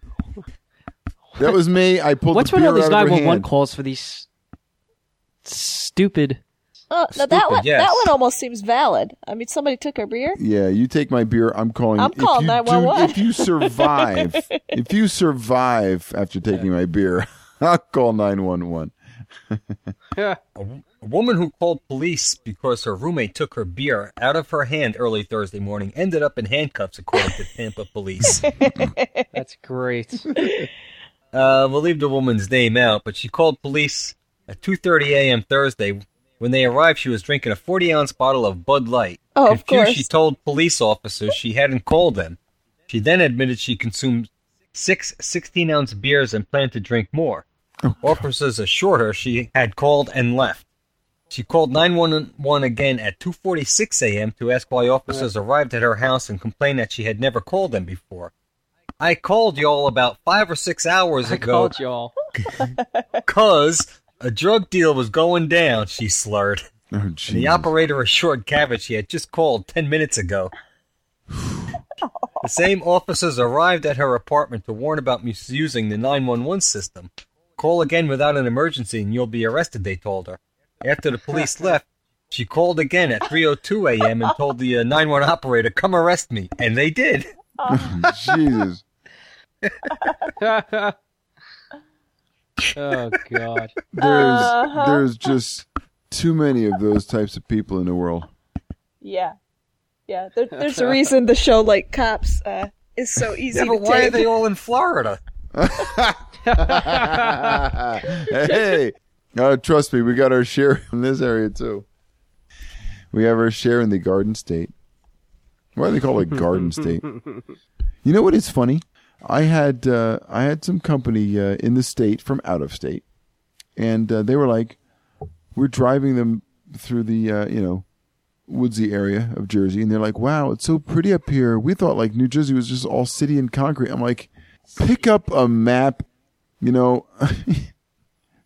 [SPEAKER 2] That was me. I pulled
[SPEAKER 1] What's
[SPEAKER 2] the
[SPEAKER 1] with
[SPEAKER 2] beer
[SPEAKER 1] all these
[SPEAKER 2] out of her
[SPEAKER 1] 911
[SPEAKER 2] hand.
[SPEAKER 1] calls for these stupid.
[SPEAKER 3] Oh, now that
[SPEAKER 4] Stupid,
[SPEAKER 3] one,
[SPEAKER 4] yes.
[SPEAKER 3] that one almost seems valid. I mean, somebody took our beer.
[SPEAKER 2] Yeah, you take my beer. I'm calling.
[SPEAKER 3] I'm
[SPEAKER 2] If
[SPEAKER 3] calling
[SPEAKER 2] you do-
[SPEAKER 3] 911.
[SPEAKER 2] If you survive, if you survive after taking my beer, I'll call nine one one.
[SPEAKER 1] Yeah.
[SPEAKER 4] A, w- a woman who called police because her roommate took her beer out of her hand early Thursday morning ended up in handcuffs, according to Tampa police.
[SPEAKER 1] That's great.
[SPEAKER 4] Uh, we'll leave the woman's name out, but she called police at 2:30 a.m. Thursday. When they arrived, she was drinking a 40-ounce bottle of Bud Light.
[SPEAKER 3] Oh, of
[SPEAKER 4] Confused,
[SPEAKER 3] course.
[SPEAKER 4] she told police officers she hadn't called them. She then admitted she consumed six 16-ounce beers and planned to drink more. officers assured her she had called and left. She called 911 again at 2:46 a.m. to ask why officers arrived at her house and complained that she had never called them before. I called y'all about five or six hours
[SPEAKER 1] I
[SPEAKER 4] ago
[SPEAKER 1] called y'all.
[SPEAKER 4] because a drug deal was going down, she slurred.
[SPEAKER 2] Oh,
[SPEAKER 4] The
[SPEAKER 2] jeez.
[SPEAKER 4] operator assured Cavett she had just called 10 minutes ago. the same officers arrived at her apartment to warn about misusing the 911 system. Call again without an emergency and you'll be arrested, they told her. After the police left, she called again at 3:02 a.m. and told the uh, 911 operator, "Come arrest me." And they did.
[SPEAKER 2] Jesus.
[SPEAKER 1] oh God.
[SPEAKER 2] There's
[SPEAKER 3] Uh-huh.
[SPEAKER 2] there's just too many of those types of people in the world.
[SPEAKER 3] Yeah. Yeah. There, there's a reason the show like cops uh, is so easy
[SPEAKER 4] Yeah,
[SPEAKER 3] to
[SPEAKER 4] but why are
[SPEAKER 3] tape.
[SPEAKER 4] they all in Florida?
[SPEAKER 2] hey, uh, trust me, we got our share in this area too. We have our share in the Garden State. Why do they call it Garden State? You know what is funny? I had uh, I had some company uh, in the state from out of state, and uh, they were like, we're driving them through the uh, you know woodsy area of Jersey, and they're like, wow, it's so pretty up here. We thought like New Jersey was just all city and concrete. I'm like, pick up a map, you know,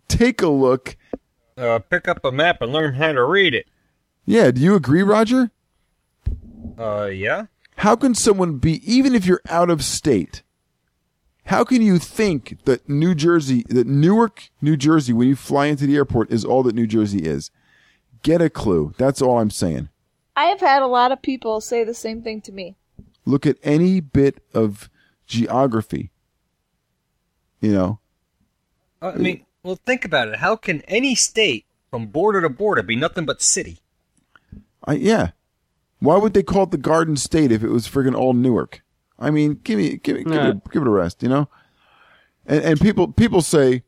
[SPEAKER 2] take a look.
[SPEAKER 4] Uh, pick up a map and learn how to read it.
[SPEAKER 2] Yeah, do you agree, Roger?
[SPEAKER 4] Uh, yeah.
[SPEAKER 2] How can someone be, even if you're out of state, how can you think that New Jersey, that Newark, New Jersey, when you fly into the airport, is all that New Jersey is? Get a clue. That's all I'm saying.
[SPEAKER 3] I have had a lot of people say the same thing to me.
[SPEAKER 2] Look at any bit of geography. You know,
[SPEAKER 4] Uh, I mean, well, think about it. How can any state from border to border be nothing but city?
[SPEAKER 2] I yeah. Why would they call it the Garden State if it was friggin' all Newark? I mean, give me give me give,
[SPEAKER 1] Yeah.
[SPEAKER 2] it, a- give it a rest, you know. And and people people say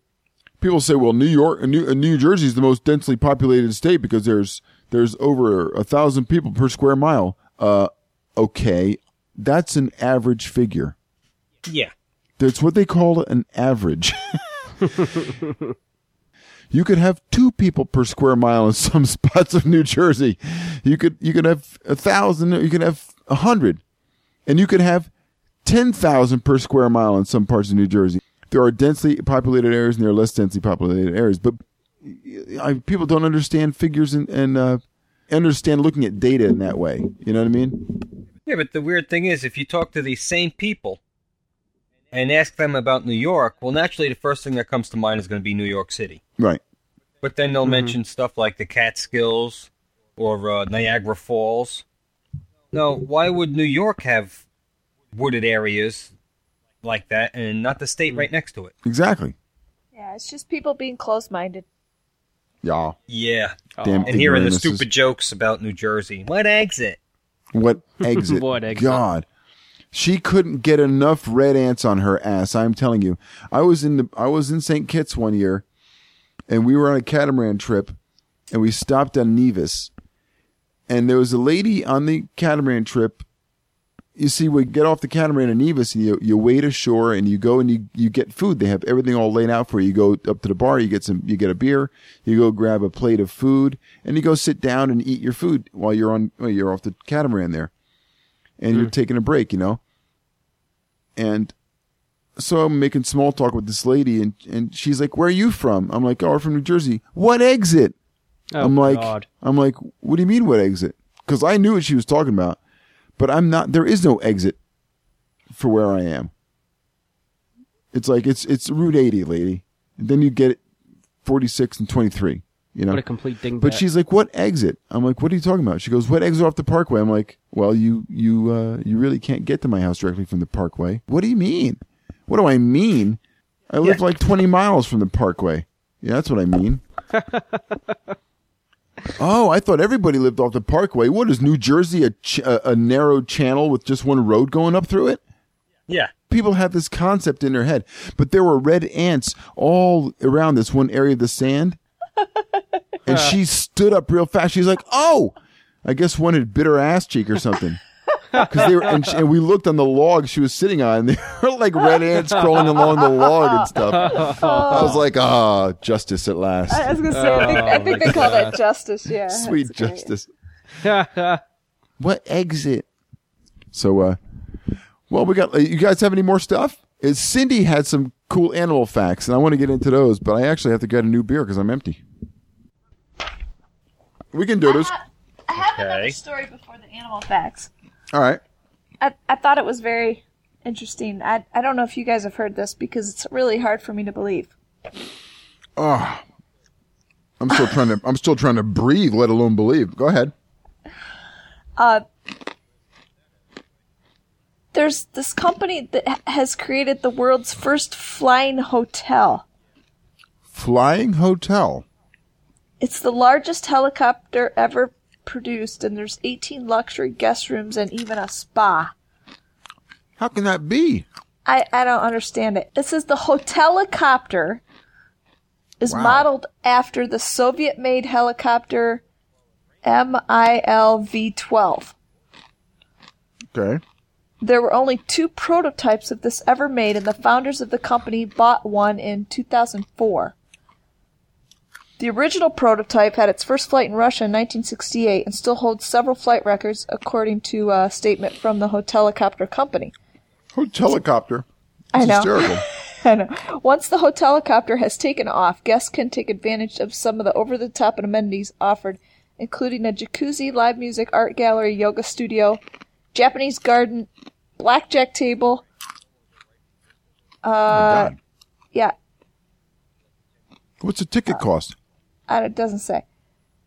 [SPEAKER 2] people say, well, New York, New uh, New Jersey is the most densely populated state because there's there's over a thousand people per square mile. Uh, okay, that's an average figure.
[SPEAKER 4] Yeah.
[SPEAKER 2] That's what they call an average. you could have two people per square mile in some spots of New Jersey. You could you could have a thousand. You could have a hundred, and you could have ten thousand per square mile in some parts of New Jersey. There are densely populated areas and there are less densely populated areas, but I, people don't understand figures and, and uh, understand looking at data in that way. You know what I mean?
[SPEAKER 4] Yeah, but the weird thing is, if you talk to these same people and ask them about New York, well, naturally, the first thing that comes to mind is going to be New York City.
[SPEAKER 2] Right.
[SPEAKER 4] But then they'll mention stuff like the Catskills or uh, Niagara Falls. No, why would New York have wooded areas like that and not the state right next to it?
[SPEAKER 2] Exactly.
[SPEAKER 3] Yeah, it's just people being closed minded.
[SPEAKER 2] Yeah.
[SPEAKER 4] Yeah.
[SPEAKER 2] Damn
[SPEAKER 4] And hearing the
[SPEAKER 2] ignoramuses.
[SPEAKER 4] stupid jokes about New Jersey. What exit?
[SPEAKER 2] What exit?
[SPEAKER 1] What exit?
[SPEAKER 2] God, she couldn't get enough red ants on her ass. I'm telling you, I was in the I was in St. Kitts one year, and we were on a catamaran trip, and we stopped on Nevis, and there was a lady on the catamaran trip. You see, we get off the catamaran in Nevis, and you you wade ashore, and you go and you you get food. They have everything all laid out for you. You go up to the bar, you get some, you get a beer, you go grab a plate of food, and you go sit down and eat your food while you're on while you're off the catamaran there and you're taking a break, you know. And so I'm making small talk with this lady, and and she's like, "Where are you from?" I'm like, "Oh, we're from New Jersey." What exit?
[SPEAKER 1] Oh,
[SPEAKER 2] I'm like,
[SPEAKER 1] God.
[SPEAKER 2] I'm like, what do you mean what exit? Because I knew what she was talking about, but I'm not. There is no exit for where I am. It's like it's it's Route 80, lady. And then you get 46 and 23. You know,
[SPEAKER 1] What a complete dingbat.
[SPEAKER 2] but she's like, "What exit?" I'm like, "What are you talking about?" She goes, "What exit off the Parkway?" I'm like, "Well, you you uh, you really can't get to my house directly from the Parkway." What do you mean? What do I mean? I live like 20 miles from the Parkway. Yeah, that's what I mean. Oh, I thought everybody lived off the Parkway. What is New Jersey a ch- a, a narrow channel with just one road going up through it?
[SPEAKER 4] Yeah.
[SPEAKER 2] People have this concept in their head, but there were red ants all around this one area of the sand. and she stood up real fast. She's like, "Oh, I guess one had bit her ass cheek or something." Because they were, and, she, and we looked on the log she was sitting on. And they were like red ants crawling along the log and stuff. I was like, "Ah, justice at last,
[SPEAKER 3] I was gonna say, I think, I think they call that justice. Yeah,
[SPEAKER 2] Oh sweet
[SPEAKER 3] that's great.
[SPEAKER 2] justice."
[SPEAKER 1] yeah,
[SPEAKER 2] What exit? So, uh, well, we got. uh, You guys have any more stuff? Is Cindy had some cool animal facts, and I want to get into those, but I actually have to get a new beer because I'm empty. We can do this.
[SPEAKER 3] Uh, I have
[SPEAKER 4] Okay.
[SPEAKER 3] another story before the animal facts.
[SPEAKER 2] All right.
[SPEAKER 3] I, I thought it was very interesting. I, I don't know if you guys have heard this because it's really hard for me to believe.
[SPEAKER 2] Oh, I'm still trying to. I'm still trying to breathe, let alone believe. Go ahead.
[SPEAKER 3] Uh, there's this company that ha- has created the world's first flying hotel.
[SPEAKER 2] Flying hotel.
[SPEAKER 3] It's the largest helicopter ever produced, and there's 18 luxury guest rooms and even a spa.
[SPEAKER 2] How can that be?
[SPEAKER 3] I, I don't understand it. It says the hotelicopter is
[SPEAKER 2] Wow.
[SPEAKER 3] modeled after the Soviet made helicopter MILV 12.
[SPEAKER 2] Okay.
[SPEAKER 3] There were only two prototypes of this ever made, and the founders of the company bought one in 2004. The original prototype had its first flight in Russia in 1968 and still holds several flight records, according to a statement from the hotelicopter company.
[SPEAKER 2] Hotelicopter.
[SPEAKER 3] I
[SPEAKER 2] It's
[SPEAKER 3] know.
[SPEAKER 2] hysterical.
[SPEAKER 3] I know. Once the hotelicopter has taken off, guests can take advantage of some of the over the top amenities offered, including a jacuzzi, live music, art gallery, yoga studio, Japanese garden, blackjack table. Uh,
[SPEAKER 2] Oh God.
[SPEAKER 3] yeah,
[SPEAKER 2] What's the ticket cost?
[SPEAKER 3] I, it doesn't say.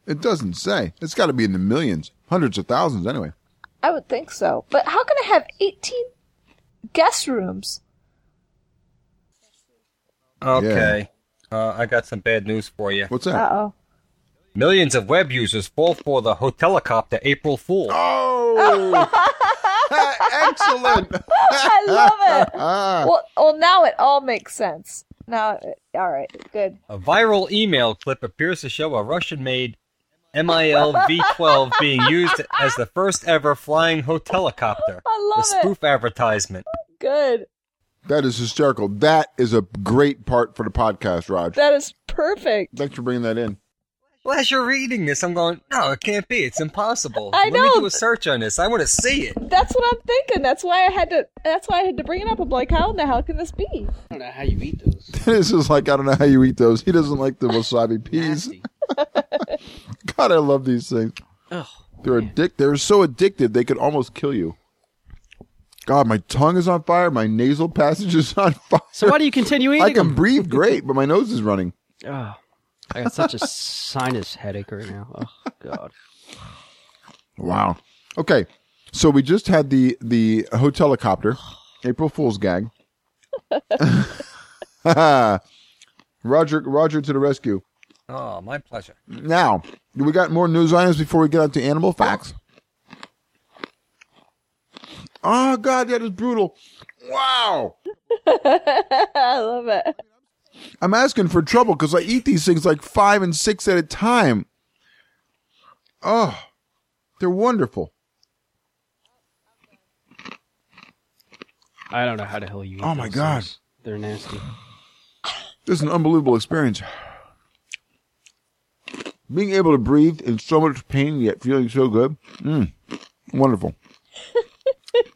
[SPEAKER 2] It doesn't say. It's got to be in the millions, hundreds of thousands, anyway.
[SPEAKER 3] I would think so. But how can I have 18 guest rooms?
[SPEAKER 4] Okay. Uh, I got some bad news for you.
[SPEAKER 2] What's that?
[SPEAKER 3] Uh oh.
[SPEAKER 4] Millions of web users fall for the hotelicopter April Fool.
[SPEAKER 2] Oh, excellent!
[SPEAKER 3] I love it.
[SPEAKER 2] Ah,
[SPEAKER 3] Well, well, now it all makes sense. Now, it- all right, good.
[SPEAKER 4] A viral email clip appears to show a Russian made MILV 12 being used as the first ever flying hotelicopter.
[SPEAKER 3] I love
[SPEAKER 4] The spoof advertisement.
[SPEAKER 3] Good.
[SPEAKER 2] that is hysterical. That is a great part for the podcast, Rod.
[SPEAKER 3] That is perfect.
[SPEAKER 2] Thanks for bringing that in.
[SPEAKER 4] Well, as you're reading this, I'm going, no, it can't be. It's impossible.
[SPEAKER 3] I
[SPEAKER 4] Let
[SPEAKER 3] know.
[SPEAKER 4] me do a search on this. I want to see it.
[SPEAKER 3] That's what I'm thinking. That's why I had to. That's why I had to bring it up. I'm like, how now? How can this be?
[SPEAKER 6] I don't know how you eat those.
[SPEAKER 2] This is like I don't know how you eat those. He doesn't like the wasabi peas.
[SPEAKER 6] Nasty.
[SPEAKER 2] God, I love these things.
[SPEAKER 6] Oh,
[SPEAKER 2] They're addict. They're so addictive they could almost kill you. God, my tongue is on fire. My nasal passage is on fire.
[SPEAKER 1] So why do you continue eating
[SPEAKER 2] I can
[SPEAKER 1] them?
[SPEAKER 2] breathe great, but my nose is running.
[SPEAKER 1] Oh, I got such a sinus headache right now. Oh God.
[SPEAKER 2] Wow. Okay. So we just had the the hotelicopter, April Fool's gag. Roger, Roger to the rescue.
[SPEAKER 4] Oh, my pleasure.
[SPEAKER 2] Now we got more news items before we get on to animal facts. Oh God, that is brutal! Wow,
[SPEAKER 3] I love it.
[SPEAKER 2] I'm asking for trouble because I eat these things like five and six at a time. Oh, they're wonderful.
[SPEAKER 1] I don't know how the hell you. Eat
[SPEAKER 2] Oh, my
[SPEAKER 1] those
[SPEAKER 2] God.
[SPEAKER 1] things. They're nasty.
[SPEAKER 2] This is an unbelievable experience. Being able to breathe in so much pain yet feeling so good. Mm, wonderful.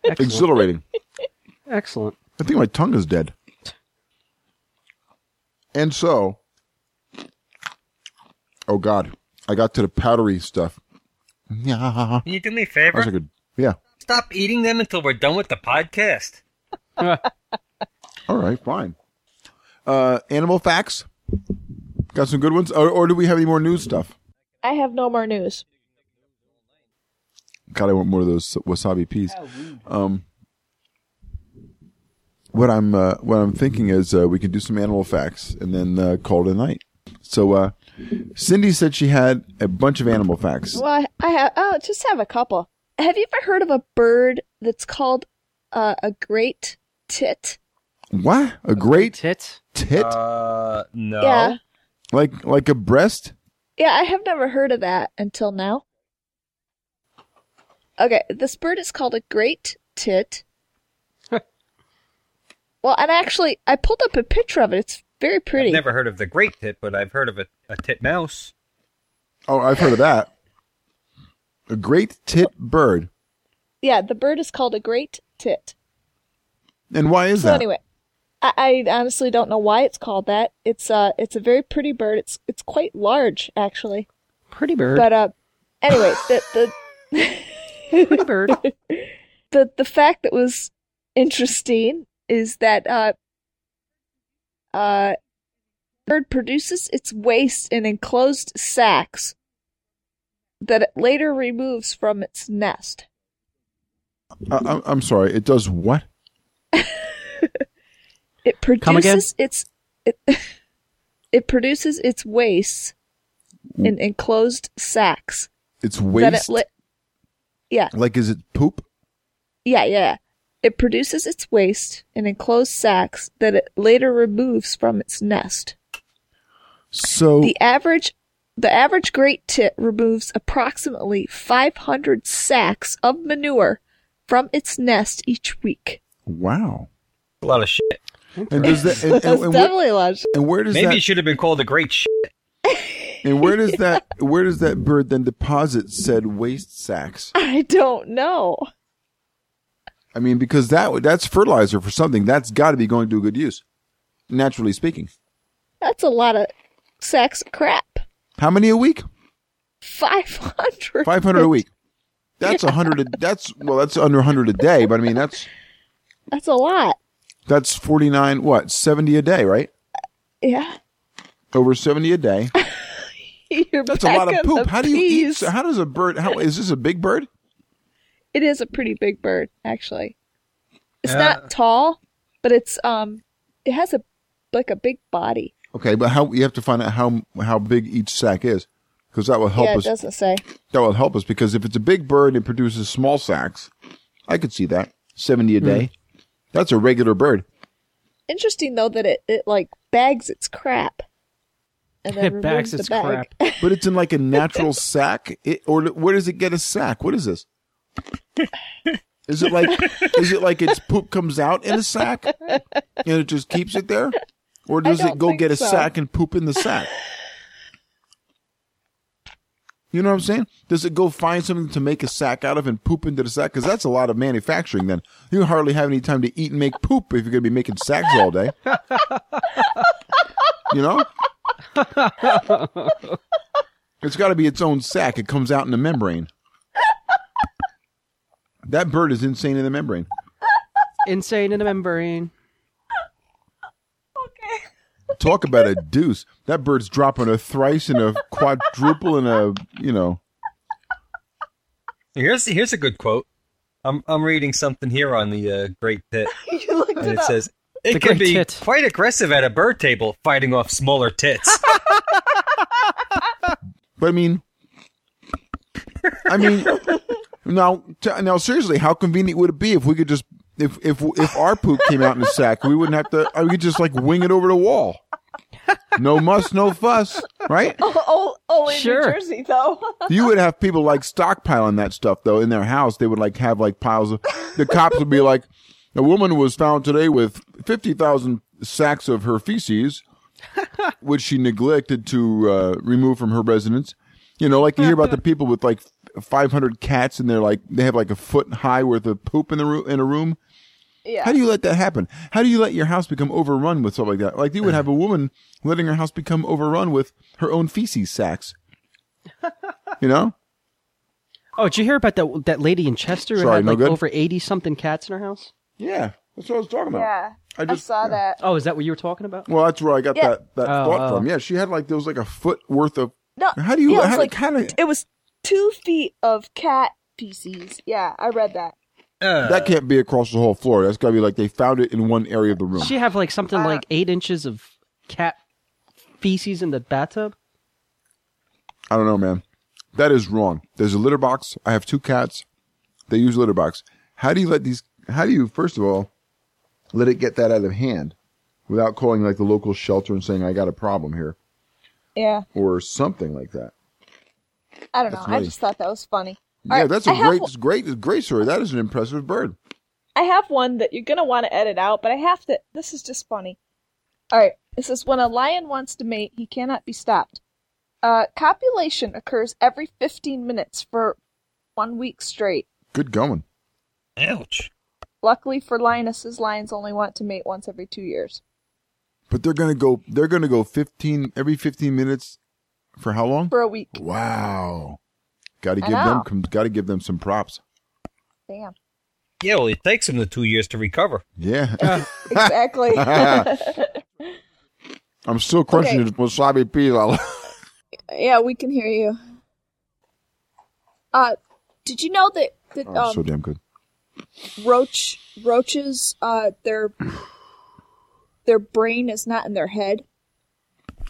[SPEAKER 1] Excellent.
[SPEAKER 2] Exhilarating.
[SPEAKER 1] Excellent.
[SPEAKER 2] I think my tongue is dead. And so, oh God, I got to the powdery stuff. Yeah.
[SPEAKER 4] Can you do me a
[SPEAKER 2] I
[SPEAKER 4] favor?
[SPEAKER 2] wish I could. Yeah.
[SPEAKER 4] Stop eating them until we're done with the podcast.
[SPEAKER 2] All right. Fine. Uh, animal facts. Got some good ones. Or, or do we have any more news stuff?
[SPEAKER 3] I have no more news.
[SPEAKER 2] God, I want more of those wasabi peas.
[SPEAKER 3] Oh,
[SPEAKER 2] Um, what I'm uh, what I'm thinking is uh, we can do some animal facts and then uh, call it a night. So uh, Cindy said she had a bunch of animal facts.
[SPEAKER 3] Well, I, I have. Oh, just have a couple. Have you ever heard of a bird that's called uh, a great tit?
[SPEAKER 2] What? A great
[SPEAKER 1] Tit.
[SPEAKER 2] tit?
[SPEAKER 4] Uh, no.
[SPEAKER 3] Yeah,
[SPEAKER 2] like like a breast?
[SPEAKER 3] yeah. I have never heard of that until now. Okay, this bird is called a great tit. well, and actually, I pulled up a picture of it. It's very pretty.
[SPEAKER 4] I've never heard of the great tit, but I've heard of a, a tit mouse.
[SPEAKER 2] Oh, I've heard of that. A great tit bird.
[SPEAKER 3] Yeah, the bird is called a great tit.
[SPEAKER 2] And why is
[SPEAKER 3] so
[SPEAKER 2] that?
[SPEAKER 3] anyway, I, I honestly don't know why it's called that. It's uh, it's a very pretty bird. It's it's quite large actually.
[SPEAKER 1] Pretty bird.
[SPEAKER 3] But uh, anyway, the the
[SPEAKER 1] Pretty bird.
[SPEAKER 3] the the fact that was interesting is that uh, uh, the bird produces its waste in enclosed sacks that it later removes from its nest.
[SPEAKER 2] I, I'm- I'm sorry. It does what?
[SPEAKER 3] It
[SPEAKER 1] Come again?
[SPEAKER 3] produces its it, it produces its waste
[SPEAKER 1] Mm.
[SPEAKER 3] in enclosed sacks
[SPEAKER 2] It's
[SPEAKER 3] that
[SPEAKER 2] waste.
[SPEAKER 3] it li- yeah
[SPEAKER 2] like is it poop?
[SPEAKER 3] yeah yeah it produces its waste in enclosed sacks that it later removes from its nest
[SPEAKER 2] So
[SPEAKER 3] the average the average great tit removes approximately 500 sacks of manure from its nest each week
[SPEAKER 2] wow.
[SPEAKER 4] A lot of shit.
[SPEAKER 2] And does that? And,
[SPEAKER 3] that's
[SPEAKER 2] and- and where,
[SPEAKER 3] definitely a lot
[SPEAKER 2] and where does
[SPEAKER 4] Maybe it
[SPEAKER 2] that?
[SPEAKER 4] should have been called a great shit.
[SPEAKER 2] And where does that? Where does that bird then deposit said waste sacks?
[SPEAKER 3] i don't know
[SPEAKER 2] I mean, because that that's fertilizer for something. That's got to be going to a good use, naturally speaking.
[SPEAKER 3] that's a lot of sacks of crap
[SPEAKER 2] How many a week?
[SPEAKER 3] 500
[SPEAKER 2] Five hundred a week. That's a hundred. a- That's well. That's under hundred a day. But I mean, that's
[SPEAKER 3] that's a lot
[SPEAKER 2] that's forty nine. What seventy a day? Right?
[SPEAKER 3] yeah
[SPEAKER 2] Over seventy a day.
[SPEAKER 3] You're
[SPEAKER 2] That's a
[SPEAKER 3] back
[SPEAKER 2] lot of
[SPEAKER 3] on
[SPEAKER 2] poop.
[SPEAKER 3] the
[SPEAKER 2] How do you eat?
[SPEAKER 3] peas.
[SPEAKER 2] so How does a bird? How is this a big bird?
[SPEAKER 3] it is a pretty big bird actually it's
[SPEAKER 4] Yeah.
[SPEAKER 3] not tall but it's um it has a like a big body
[SPEAKER 2] Okay, but how you have to find out how how big each sack is, because that will help
[SPEAKER 3] yeah
[SPEAKER 2] us.
[SPEAKER 3] it doesn't say
[SPEAKER 2] That will help us because if it's a big bird and produces small sacks, I could see that seventy a day. That's a regular bird.
[SPEAKER 3] interesting though that it, it like bags its crap and then
[SPEAKER 1] It backs
[SPEAKER 3] removes
[SPEAKER 1] its
[SPEAKER 3] the bag.
[SPEAKER 1] crap.
[SPEAKER 2] But it's in like a natural sack. It, or where does it get a sack? What is this? Is it like is it like its poop comes out in a sack and it just keeps it there? Or does it
[SPEAKER 3] don't
[SPEAKER 2] go
[SPEAKER 3] think
[SPEAKER 2] get a
[SPEAKER 3] so.
[SPEAKER 2] sack and poop in the sack? You know what I'm saying? Does it go find something to make a sack out of and poop into the sack? Because that's a lot of manufacturing then. You hardly have any time to eat and make poop if you're going to be making sacks all day. You know? It's got to be its own sack. It comes out in the membrane. That bird is insane in the membrane.
[SPEAKER 1] Insane in a membrane.
[SPEAKER 3] okay
[SPEAKER 2] Talk about a deuce. That bird's dropping a thrice and a quadruple and a, you know.
[SPEAKER 4] Here's here's a good quote. I'm I'm reading something here on the uh, great tit,
[SPEAKER 3] you looked
[SPEAKER 4] and
[SPEAKER 3] it
[SPEAKER 4] it
[SPEAKER 3] up
[SPEAKER 4] says it
[SPEAKER 1] The
[SPEAKER 4] can
[SPEAKER 1] great
[SPEAKER 4] be
[SPEAKER 1] tit."
[SPEAKER 4] quite aggressive at a bird table, fighting off smaller tits.
[SPEAKER 2] But I mean, I mean, now, t- now seriously, how convenient would it be if we could just, if if if our poop came out in a sack, we wouldn't have to. I could just like wing it over the wall. No muss, no fuss, right?
[SPEAKER 3] oh, only
[SPEAKER 1] Sure.
[SPEAKER 3] New Jersey though
[SPEAKER 2] You would have people like stockpiling that stuff though in their house. They would like have like piles of. The cops would be like, a woman was found today with fifty thousand sacks of her feces, which she neglected to uh, remove from her residence. You know, like you hear about the people with like five hundred cats and they're like they have like a foot high worth of poop in the room in a room.
[SPEAKER 3] yeah
[SPEAKER 2] How do you let that happen? How do you let your house become overrun with stuff like that? Like you would have a woman letting her house become overrun with her own feces sacks. You know.
[SPEAKER 1] Oh, did you hear about that that lady in Chester who
[SPEAKER 2] Sorry,
[SPEAKER 1] had
[SPEAKER 2] no
[SPEAKER 1] like
[SPEAKER 2] good?
[SPEAKER 1] over eighty something cats in her house?
[SPEAKER 2] Yeah, that's what I was talking about.
[SPEAKER 3] yeah
[SPEAKER 2] I
[SPEAKER 3] i,
[SPEAKER 2] just-
[SPEAKER 3] saw
[SPEAKER 2] yeah.
[SPEAKER 3] that
[SPEAKER 1] Oh, is that what you were talking about?
[SPEAKER 2] Well, that's where I got
[SPEAKER 3] Yeah.
[SPEAKER 2] that that
[SPEAKER 1] Oh,
[SPEAKER 2] thought
[SPEAKER 1] oh.
[SPEAKER 2] from. Yeah, she had like there was like a foot worth of.
[SPEAKER 3] no
[SPEAKER 2] How do you?
[SPEAKER 3] yeah, it
[SPEAKER 2] how,
[SPEAKER 3] was like
[SPEAKER 2] how do-
[SPEAKER 3] it was two feet of cat feces yeah i read that
[SPEAKER 4] Uh,
[SPEAKER 2] that can't be across the whole floor. That's got to be like they found it in one area of the room.
[SPEAKER 1] She have like something like eight inches of cat feces in the bathtub.
[SPEAKER 2] I don't know, man. That is wrong. There's a litter box. I have two cats. They use litter box. How do you let these? How do you first of all let it get that out of hand without calling like the local shelter and saying I got a problem here
[SPEAKER 3] Yeah,
[SPEAKER 2] or something like that?
[SPEAKER 3] I don't know.
[SPEAKER 2] That's
[SPEAKER 3] I
[SPEAKER 2] funny.
[SPEAKER 3] just thought that was funny. All
[SPEAKER 2] yeah,
[SPEAKER 3] right,
[SPEAKER 2] that's a
[SPEAKER 3] I have
[SPEAKER 2] great,
[SPEAKER 3] one-
[SPEAKER 2] great, great story. That is an impressive bird.
[SPEAKER 3] I have one that you're gonna want to edit out, but I have to. This is just funny. All right, it says when a lion wants to mate, he cannot be stopped. Uh, copulation occurs every 15 minutes for one week straight.
[SPEAKER 2] Good going.
[SPEAKER 4] Ouch.
[SPEAKER 3] Luckily for lionesses, lions only want to mate once every two years.
[SPEAKER 2] But they're gonna go. They're gonna go fifteen every fifteen minutes for how long?
[SPEAKER 3] For a week.
[SPEAKER 2] Wow. Got to
[SPEAKER 3] I
[SPEAKER 2] give them.
[SPEAKER 3] know.
[SPEAKER 2] com- Got to give them some props.
[SPEAKER 3] Damn.
[SPEAKER 4] Yeah, well, it takes him the two years to recover.
[SPEAKER 2] Yeah.
[SPEAKER 3] Exactly.
[SPEAKER 2] I'm still crunching
[SPEAKER 3] Okay. Um,
[SPEAKER 2] the wasabi peas. all-
[SPEAKER 3] yeah, we can hear you. Uh, did you know that, that
[SPEAKER 2] Oh,
[SPEAKER 3] um,
[SPEAKER 2] so damn good.
[SPEAKER 3] roach roaches uh their their brain is not in their head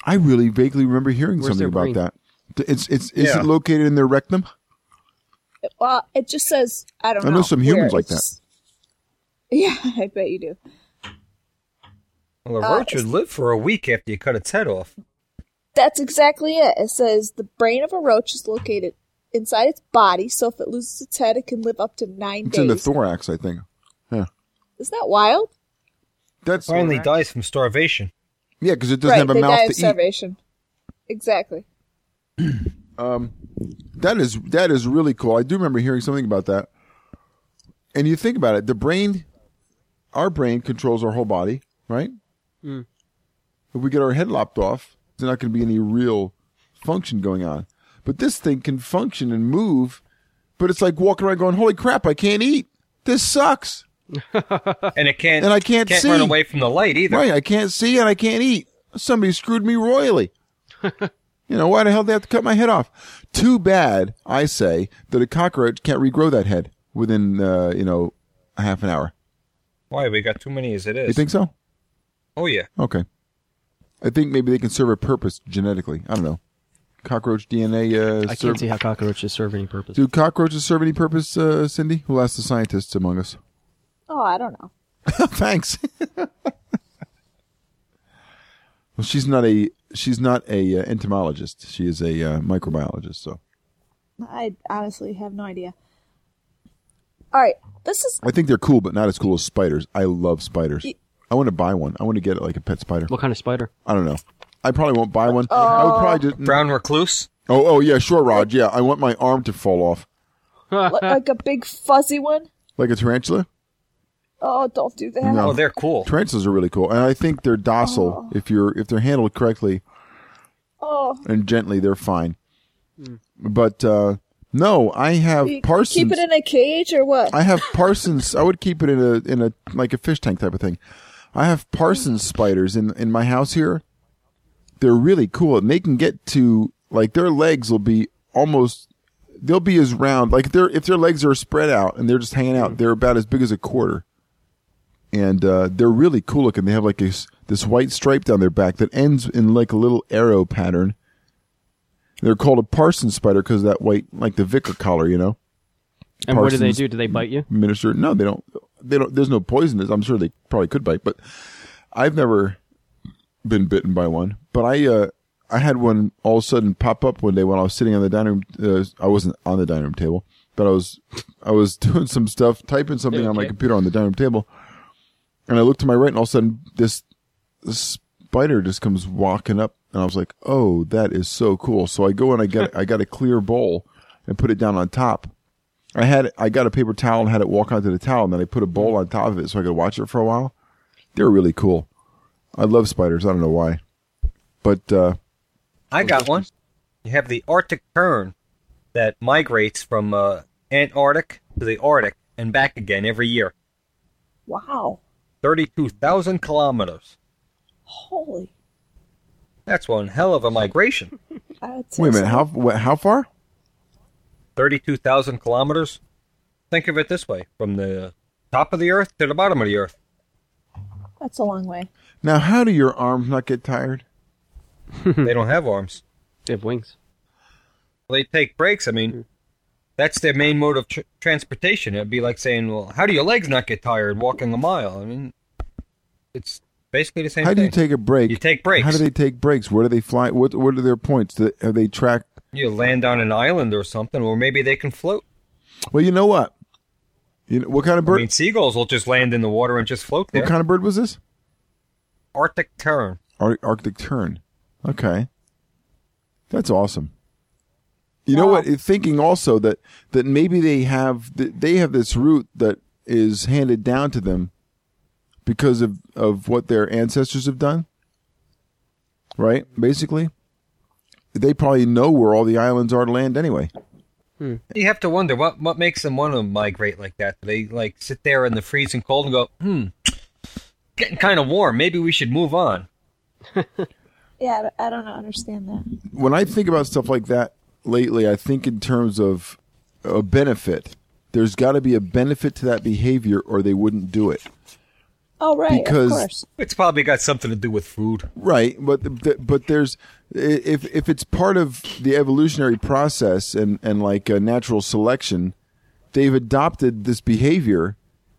[SPEAKER 2] I really vaguely remember hearing
[SPEAKER 1] Where's
[SPEAKER 2] something
[SPEAKER 1] their
[SPEAKER 2] about
[SPEAKER 1] brain?
[SPEAKER 2] that. Th- It's it's is
[SPEAKER 4] Yeah.
[SPEAKER 2] it located in their rectum?
[SPEAKER 3] well it just says i don't
[SPEAKER 2] I
[SPEAKER 3] know
[SPEAKER 2] know some humans like that.
[SPEAKER 3] that yeah i bet you do
[SPEAKER 4] Well, a
[SPEAKER 3] Uh,
[SPEAKER 4] roach would live for a week after you cut its head off.
[SPEAKER 3] that's exactly it it says the brain of a roach is located inside its body so if it loses its head it can live up to nine
[SPEAKER 2] It's
[SPEAKER 3] days
[SPEAKER 2] in the thorax, I think. Yeah,
[SPEAKER 3] isn't that wild
[SPEAKER 2] that's
[SPEAKER 4] Finally
[SPEAKER 2] yeah,
[SPEAKER 4] dies from starvation.
[SPEAKER 2] because it doesn't
[SPEAKER 3] right
[SPEAKER 2] have a
[SPEAKER 3] they die
[SPEAKER 2] mouth
[SPEAKER 3] of
[SPEAKER 2] to eat.
[SPEAKER 3] starvation exactly
[SPEAKER 2] Um, that is that is really cool. I do remember hearing something about that. And you think about it, the brain, our brain controls our whole body, right?
[SPEAKER 1] Mm.
[SPEAKER 2] If we get our head lopped off, there's not going to be any real function going on. But this thing can function and move, but it's like walking around going, "Holy crap, I can't eat. This sucks."
[SPEAKER 4] And it can't
[SPEAKER 2] And I can't
[SPEAKER 4] can't
[SPEAKER 2] see.
[SPEAKER 4] run away from the light either.
[SPEAKER 2] Right, I can't see and I can't eat. Somebody screwed me royally. you know, why the hell did they have to cut my head off? Too bad, I say, that a cockroach can't regrow that head within, uh, you know, a half an hour.
[SPEAKER 4] Why? We got too many as it is.
[SPEAKER 2] You think so?
[SPEAKER 4] Oh, yeah.
[SPEAKER 2] Okay. I think maybe they can serve a purpose genetically. I don't know. Cockroach DNA uh,
[SPEAKER 1] I
[SPEAKER 2] serve-
[SPEAKER 1] can't see how cockroaches serve any purpose.
[SPEAKER 2] Do cockroaches serve any purpose, uh, Cindy? We'll ask the scientists among us.
[SPEAKER 3] oh i don't know
[SPEAKER 2] Thanks. well, she's not a she's not a uh, entomologist. She is a uh, microbiologist. So
[SPEAKER 3] i honestly have no idea all right this is
[SPEAKER 2] I think they're cool, but not as cool as spiders. I love spiders. I want to buy one. I want to get like a pet spider.
[SPEAKER 1] What kind of spider?
[SPEAKER 2] I don't know. I probably won't buy one. I
[SPEAKER 3] Oh.
[SPEAKER 2] would probably just.
[SPEAKER 4] Brown recluse?
[SPEAKER 2] Oh, oh yeah, sure, Rod. Yeah, I want my arm to fall off
[SPEAKER 3] li- like a big fuzzy one
[SPEAKER 2] like a tarantula.
[SPEAKER 3] Oh, don't do that.
[SPEAKER 2] No.
[SPEAKER 4] Oh, they're cool.
[SPEAKER 2] Tarantulas are really cool, and I think they're docile if you're if they're handled correctly.
[SPEAKER 3] Oh,
[SPEAKER 2] and gently, they're fine. But uh, no, I have
[SPEAKER 3] you, you
[SPEAKER 2] Parsons.
[SPEAKER 3] Hmm. keep it in a cage or what?
[SPEAKER 2] I have Parsons. I would keep it in a in a like a fish tank type of thing. I have Parsons spiders in in my house here. They're really cool, and they can get to like their legs will be almost. They'll be as round like if their if their legs are spread out and they're just hanging out. They're about as big as a quarter, and uh, they're really cool looking. They have like a s this white stripe down their back that ends in like a little arrow pattern. They're called a Parsons spider because that white like the vicar collar, you know
[SPEAKER 1] And what do they
[SPEAKER 2] Parsons.
[SPEAKER 1] do? Do they bite you?
[SPEAKER 2] minister. No, they don't. They don't. There's no poison. I'm sure they probably could bite, but I've never been bitten by one. But I, uh, I had one all of a sudden pop up one day when I was sitting on the dining room. Uh, I wasn't on the dining room table, but I was, I was doing some stuff, typing something on my
[SPEAKER 1] Okay.
[SPEAKER 2] computer on the dining room table, and I looked to my right, and all of a sudden this, this spider just comes walking up, and I was like, "Oh, that is so cool!" So I go and I get, I got a clear bowl and put it down on top. I had I got a paper towel and had it walk onto the towel, and then I put a bowl on top of it so I could watch it for a while. They were really cool. I love spiders. I don't know why, but uh,
[SPEAKER 4] I got one. You have the Arctic tern that migrates from uh, Antarctic to the Arctic and back again every year.
[SPEAKER 3] wow.
[SPEAKER 4] 32,000 kilometers.
[SPEAKER 3] Holy.
[SPEAKER 4] That's one hell of a migration.
[SPEAKER 3] That's
[SPEAKER 2] wait a minute, how wha how far?
[SPEAKER 4] 32,000 kilometers. Think of it this way from the top of the earth to the bottom of the earth.
[SPEAKER 3] That's a long way.
[SPEAKER 2] Now, how do your arms not get tired?
[SPEAKER 4] they don't have arms.
[SPEAKER 1] They have wings.
[SPEAKER 4] They take breaks. I
[SPEAKER 2] Mm-hmm.
[SPEAKER 4] mean, that's their main mode of tr- transportation. It'd be like saying, "Well, how do your legs not get tired walking a mile?" I mean, it's basically the same
[SPEAKER 2] How do
[SPEAKER 4] thing.
[SPEAKER 2] you take a break?
[SPEAKER 4] You take breaks.
[SPEAKER 2] How do they take breaks? Where do they fly? What What are their points? Do they, have they tracked?
[SPEAKER 4] You land on an island or something, or maybe they can float.
[SPEAKER 2] Well, you know what? You know, what kind of
[SPEAKER 4] I
[SPEAKER 2] bird?
[SPEAKER 4] mean, seagulls will just land in the water and just float there.
[SPEAKER 2] what kind of bird was this?
[SPEAKER 4] Arctic tern.
[SPEAKER 2] Ar- Arctic tern. Okay, that's awesome. You know what? Thinking also that that maybe they have that they have this root that is handed down to them because of of what their ancestors have done. Right? Basically, they probably know where all the islands are to land anyway.
[SPEAKER 4] You have to wonder what what makes them want to migrate like that. Do they like sit there in the freezing cold and go, "Hmm, getting kind of warm. Maybe we should move on."
[SPEAKER 3] Yeah, I don't- I don't understand that.
[SPEAKER 2] when I think about stuff like that lately, I think in terms of a benefit. There's got to be a benefit to that behavior, or they wouldn't do it.
[SPEAKER 3] Oh, right,
[SPEAKER 2] Because-
[SPEAKER 3] of course.
[SPEAKER 4] It's probably got something to do with food.
[SPEAKER 2] Right, but th- but there's if if it's part of the evolutionary process and and like uh, natural selection, they've adopted this behavior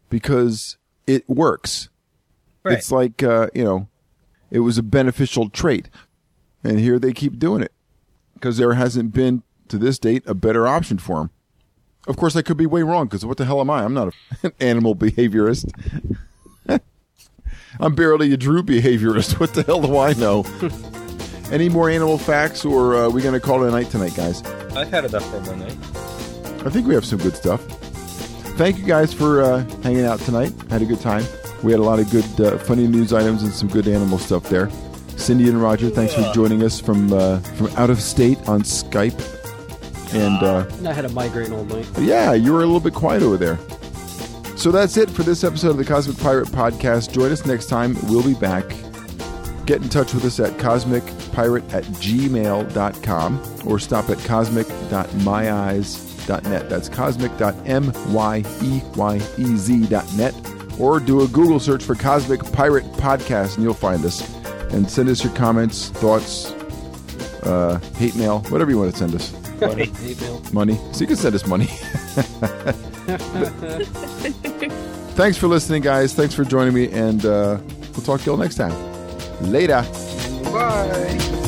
[SPEAKER 2] because it works.
[SPEAKER 4] Right.
[SPEAKER 2] It's like uh, you know, it was a beneficial trait, and here they keep doing it because there hasn't been to this date a better option for them. Of course, I could be way wrong because what the hell am I? I'm not a- an animal behaviorist. I'm barely a Drew behaviorist. What the hell do I know? Any more animal facts, or uh, we going to call it a night tonight, guys?
[SPEAKER 4] I've had enough for one night.
[SPEAKER 2] I think we have some good stuff. Thank you guys for uh, hanging out tonight. Had a good time. We had a lot of good, uh, funny news items and some good animal stuff there. Cindy and Roger, thanks for joining us from uh, from out of state on Skype. And uh,
[SPEAKER 1] And I had a migraine all night.
[SPEAKER 2] yeah, you were a little bit quiet over there. So that's it for this episode of the Cosmic Pirate Podcast. Join us next time. We'll be back. Get in touch with us at cosmicpirate at gmail.com or stop at cosmic.myeyes.net. That's E cosmic.myeyez.net. Or do a Google search for Cosmic Pirate Podcast and you'll find us. And send us your comments, thoughts, uh, hate mail, whatever you want to send us
[SPEAKER 4] Buddy.
[SPEAKER 2] money. So you can send us money. Thanks for listening, guys. Thanks for joining me, and uh, we'll talk to you all next time. Later.
[SPEAKER 4] Bye.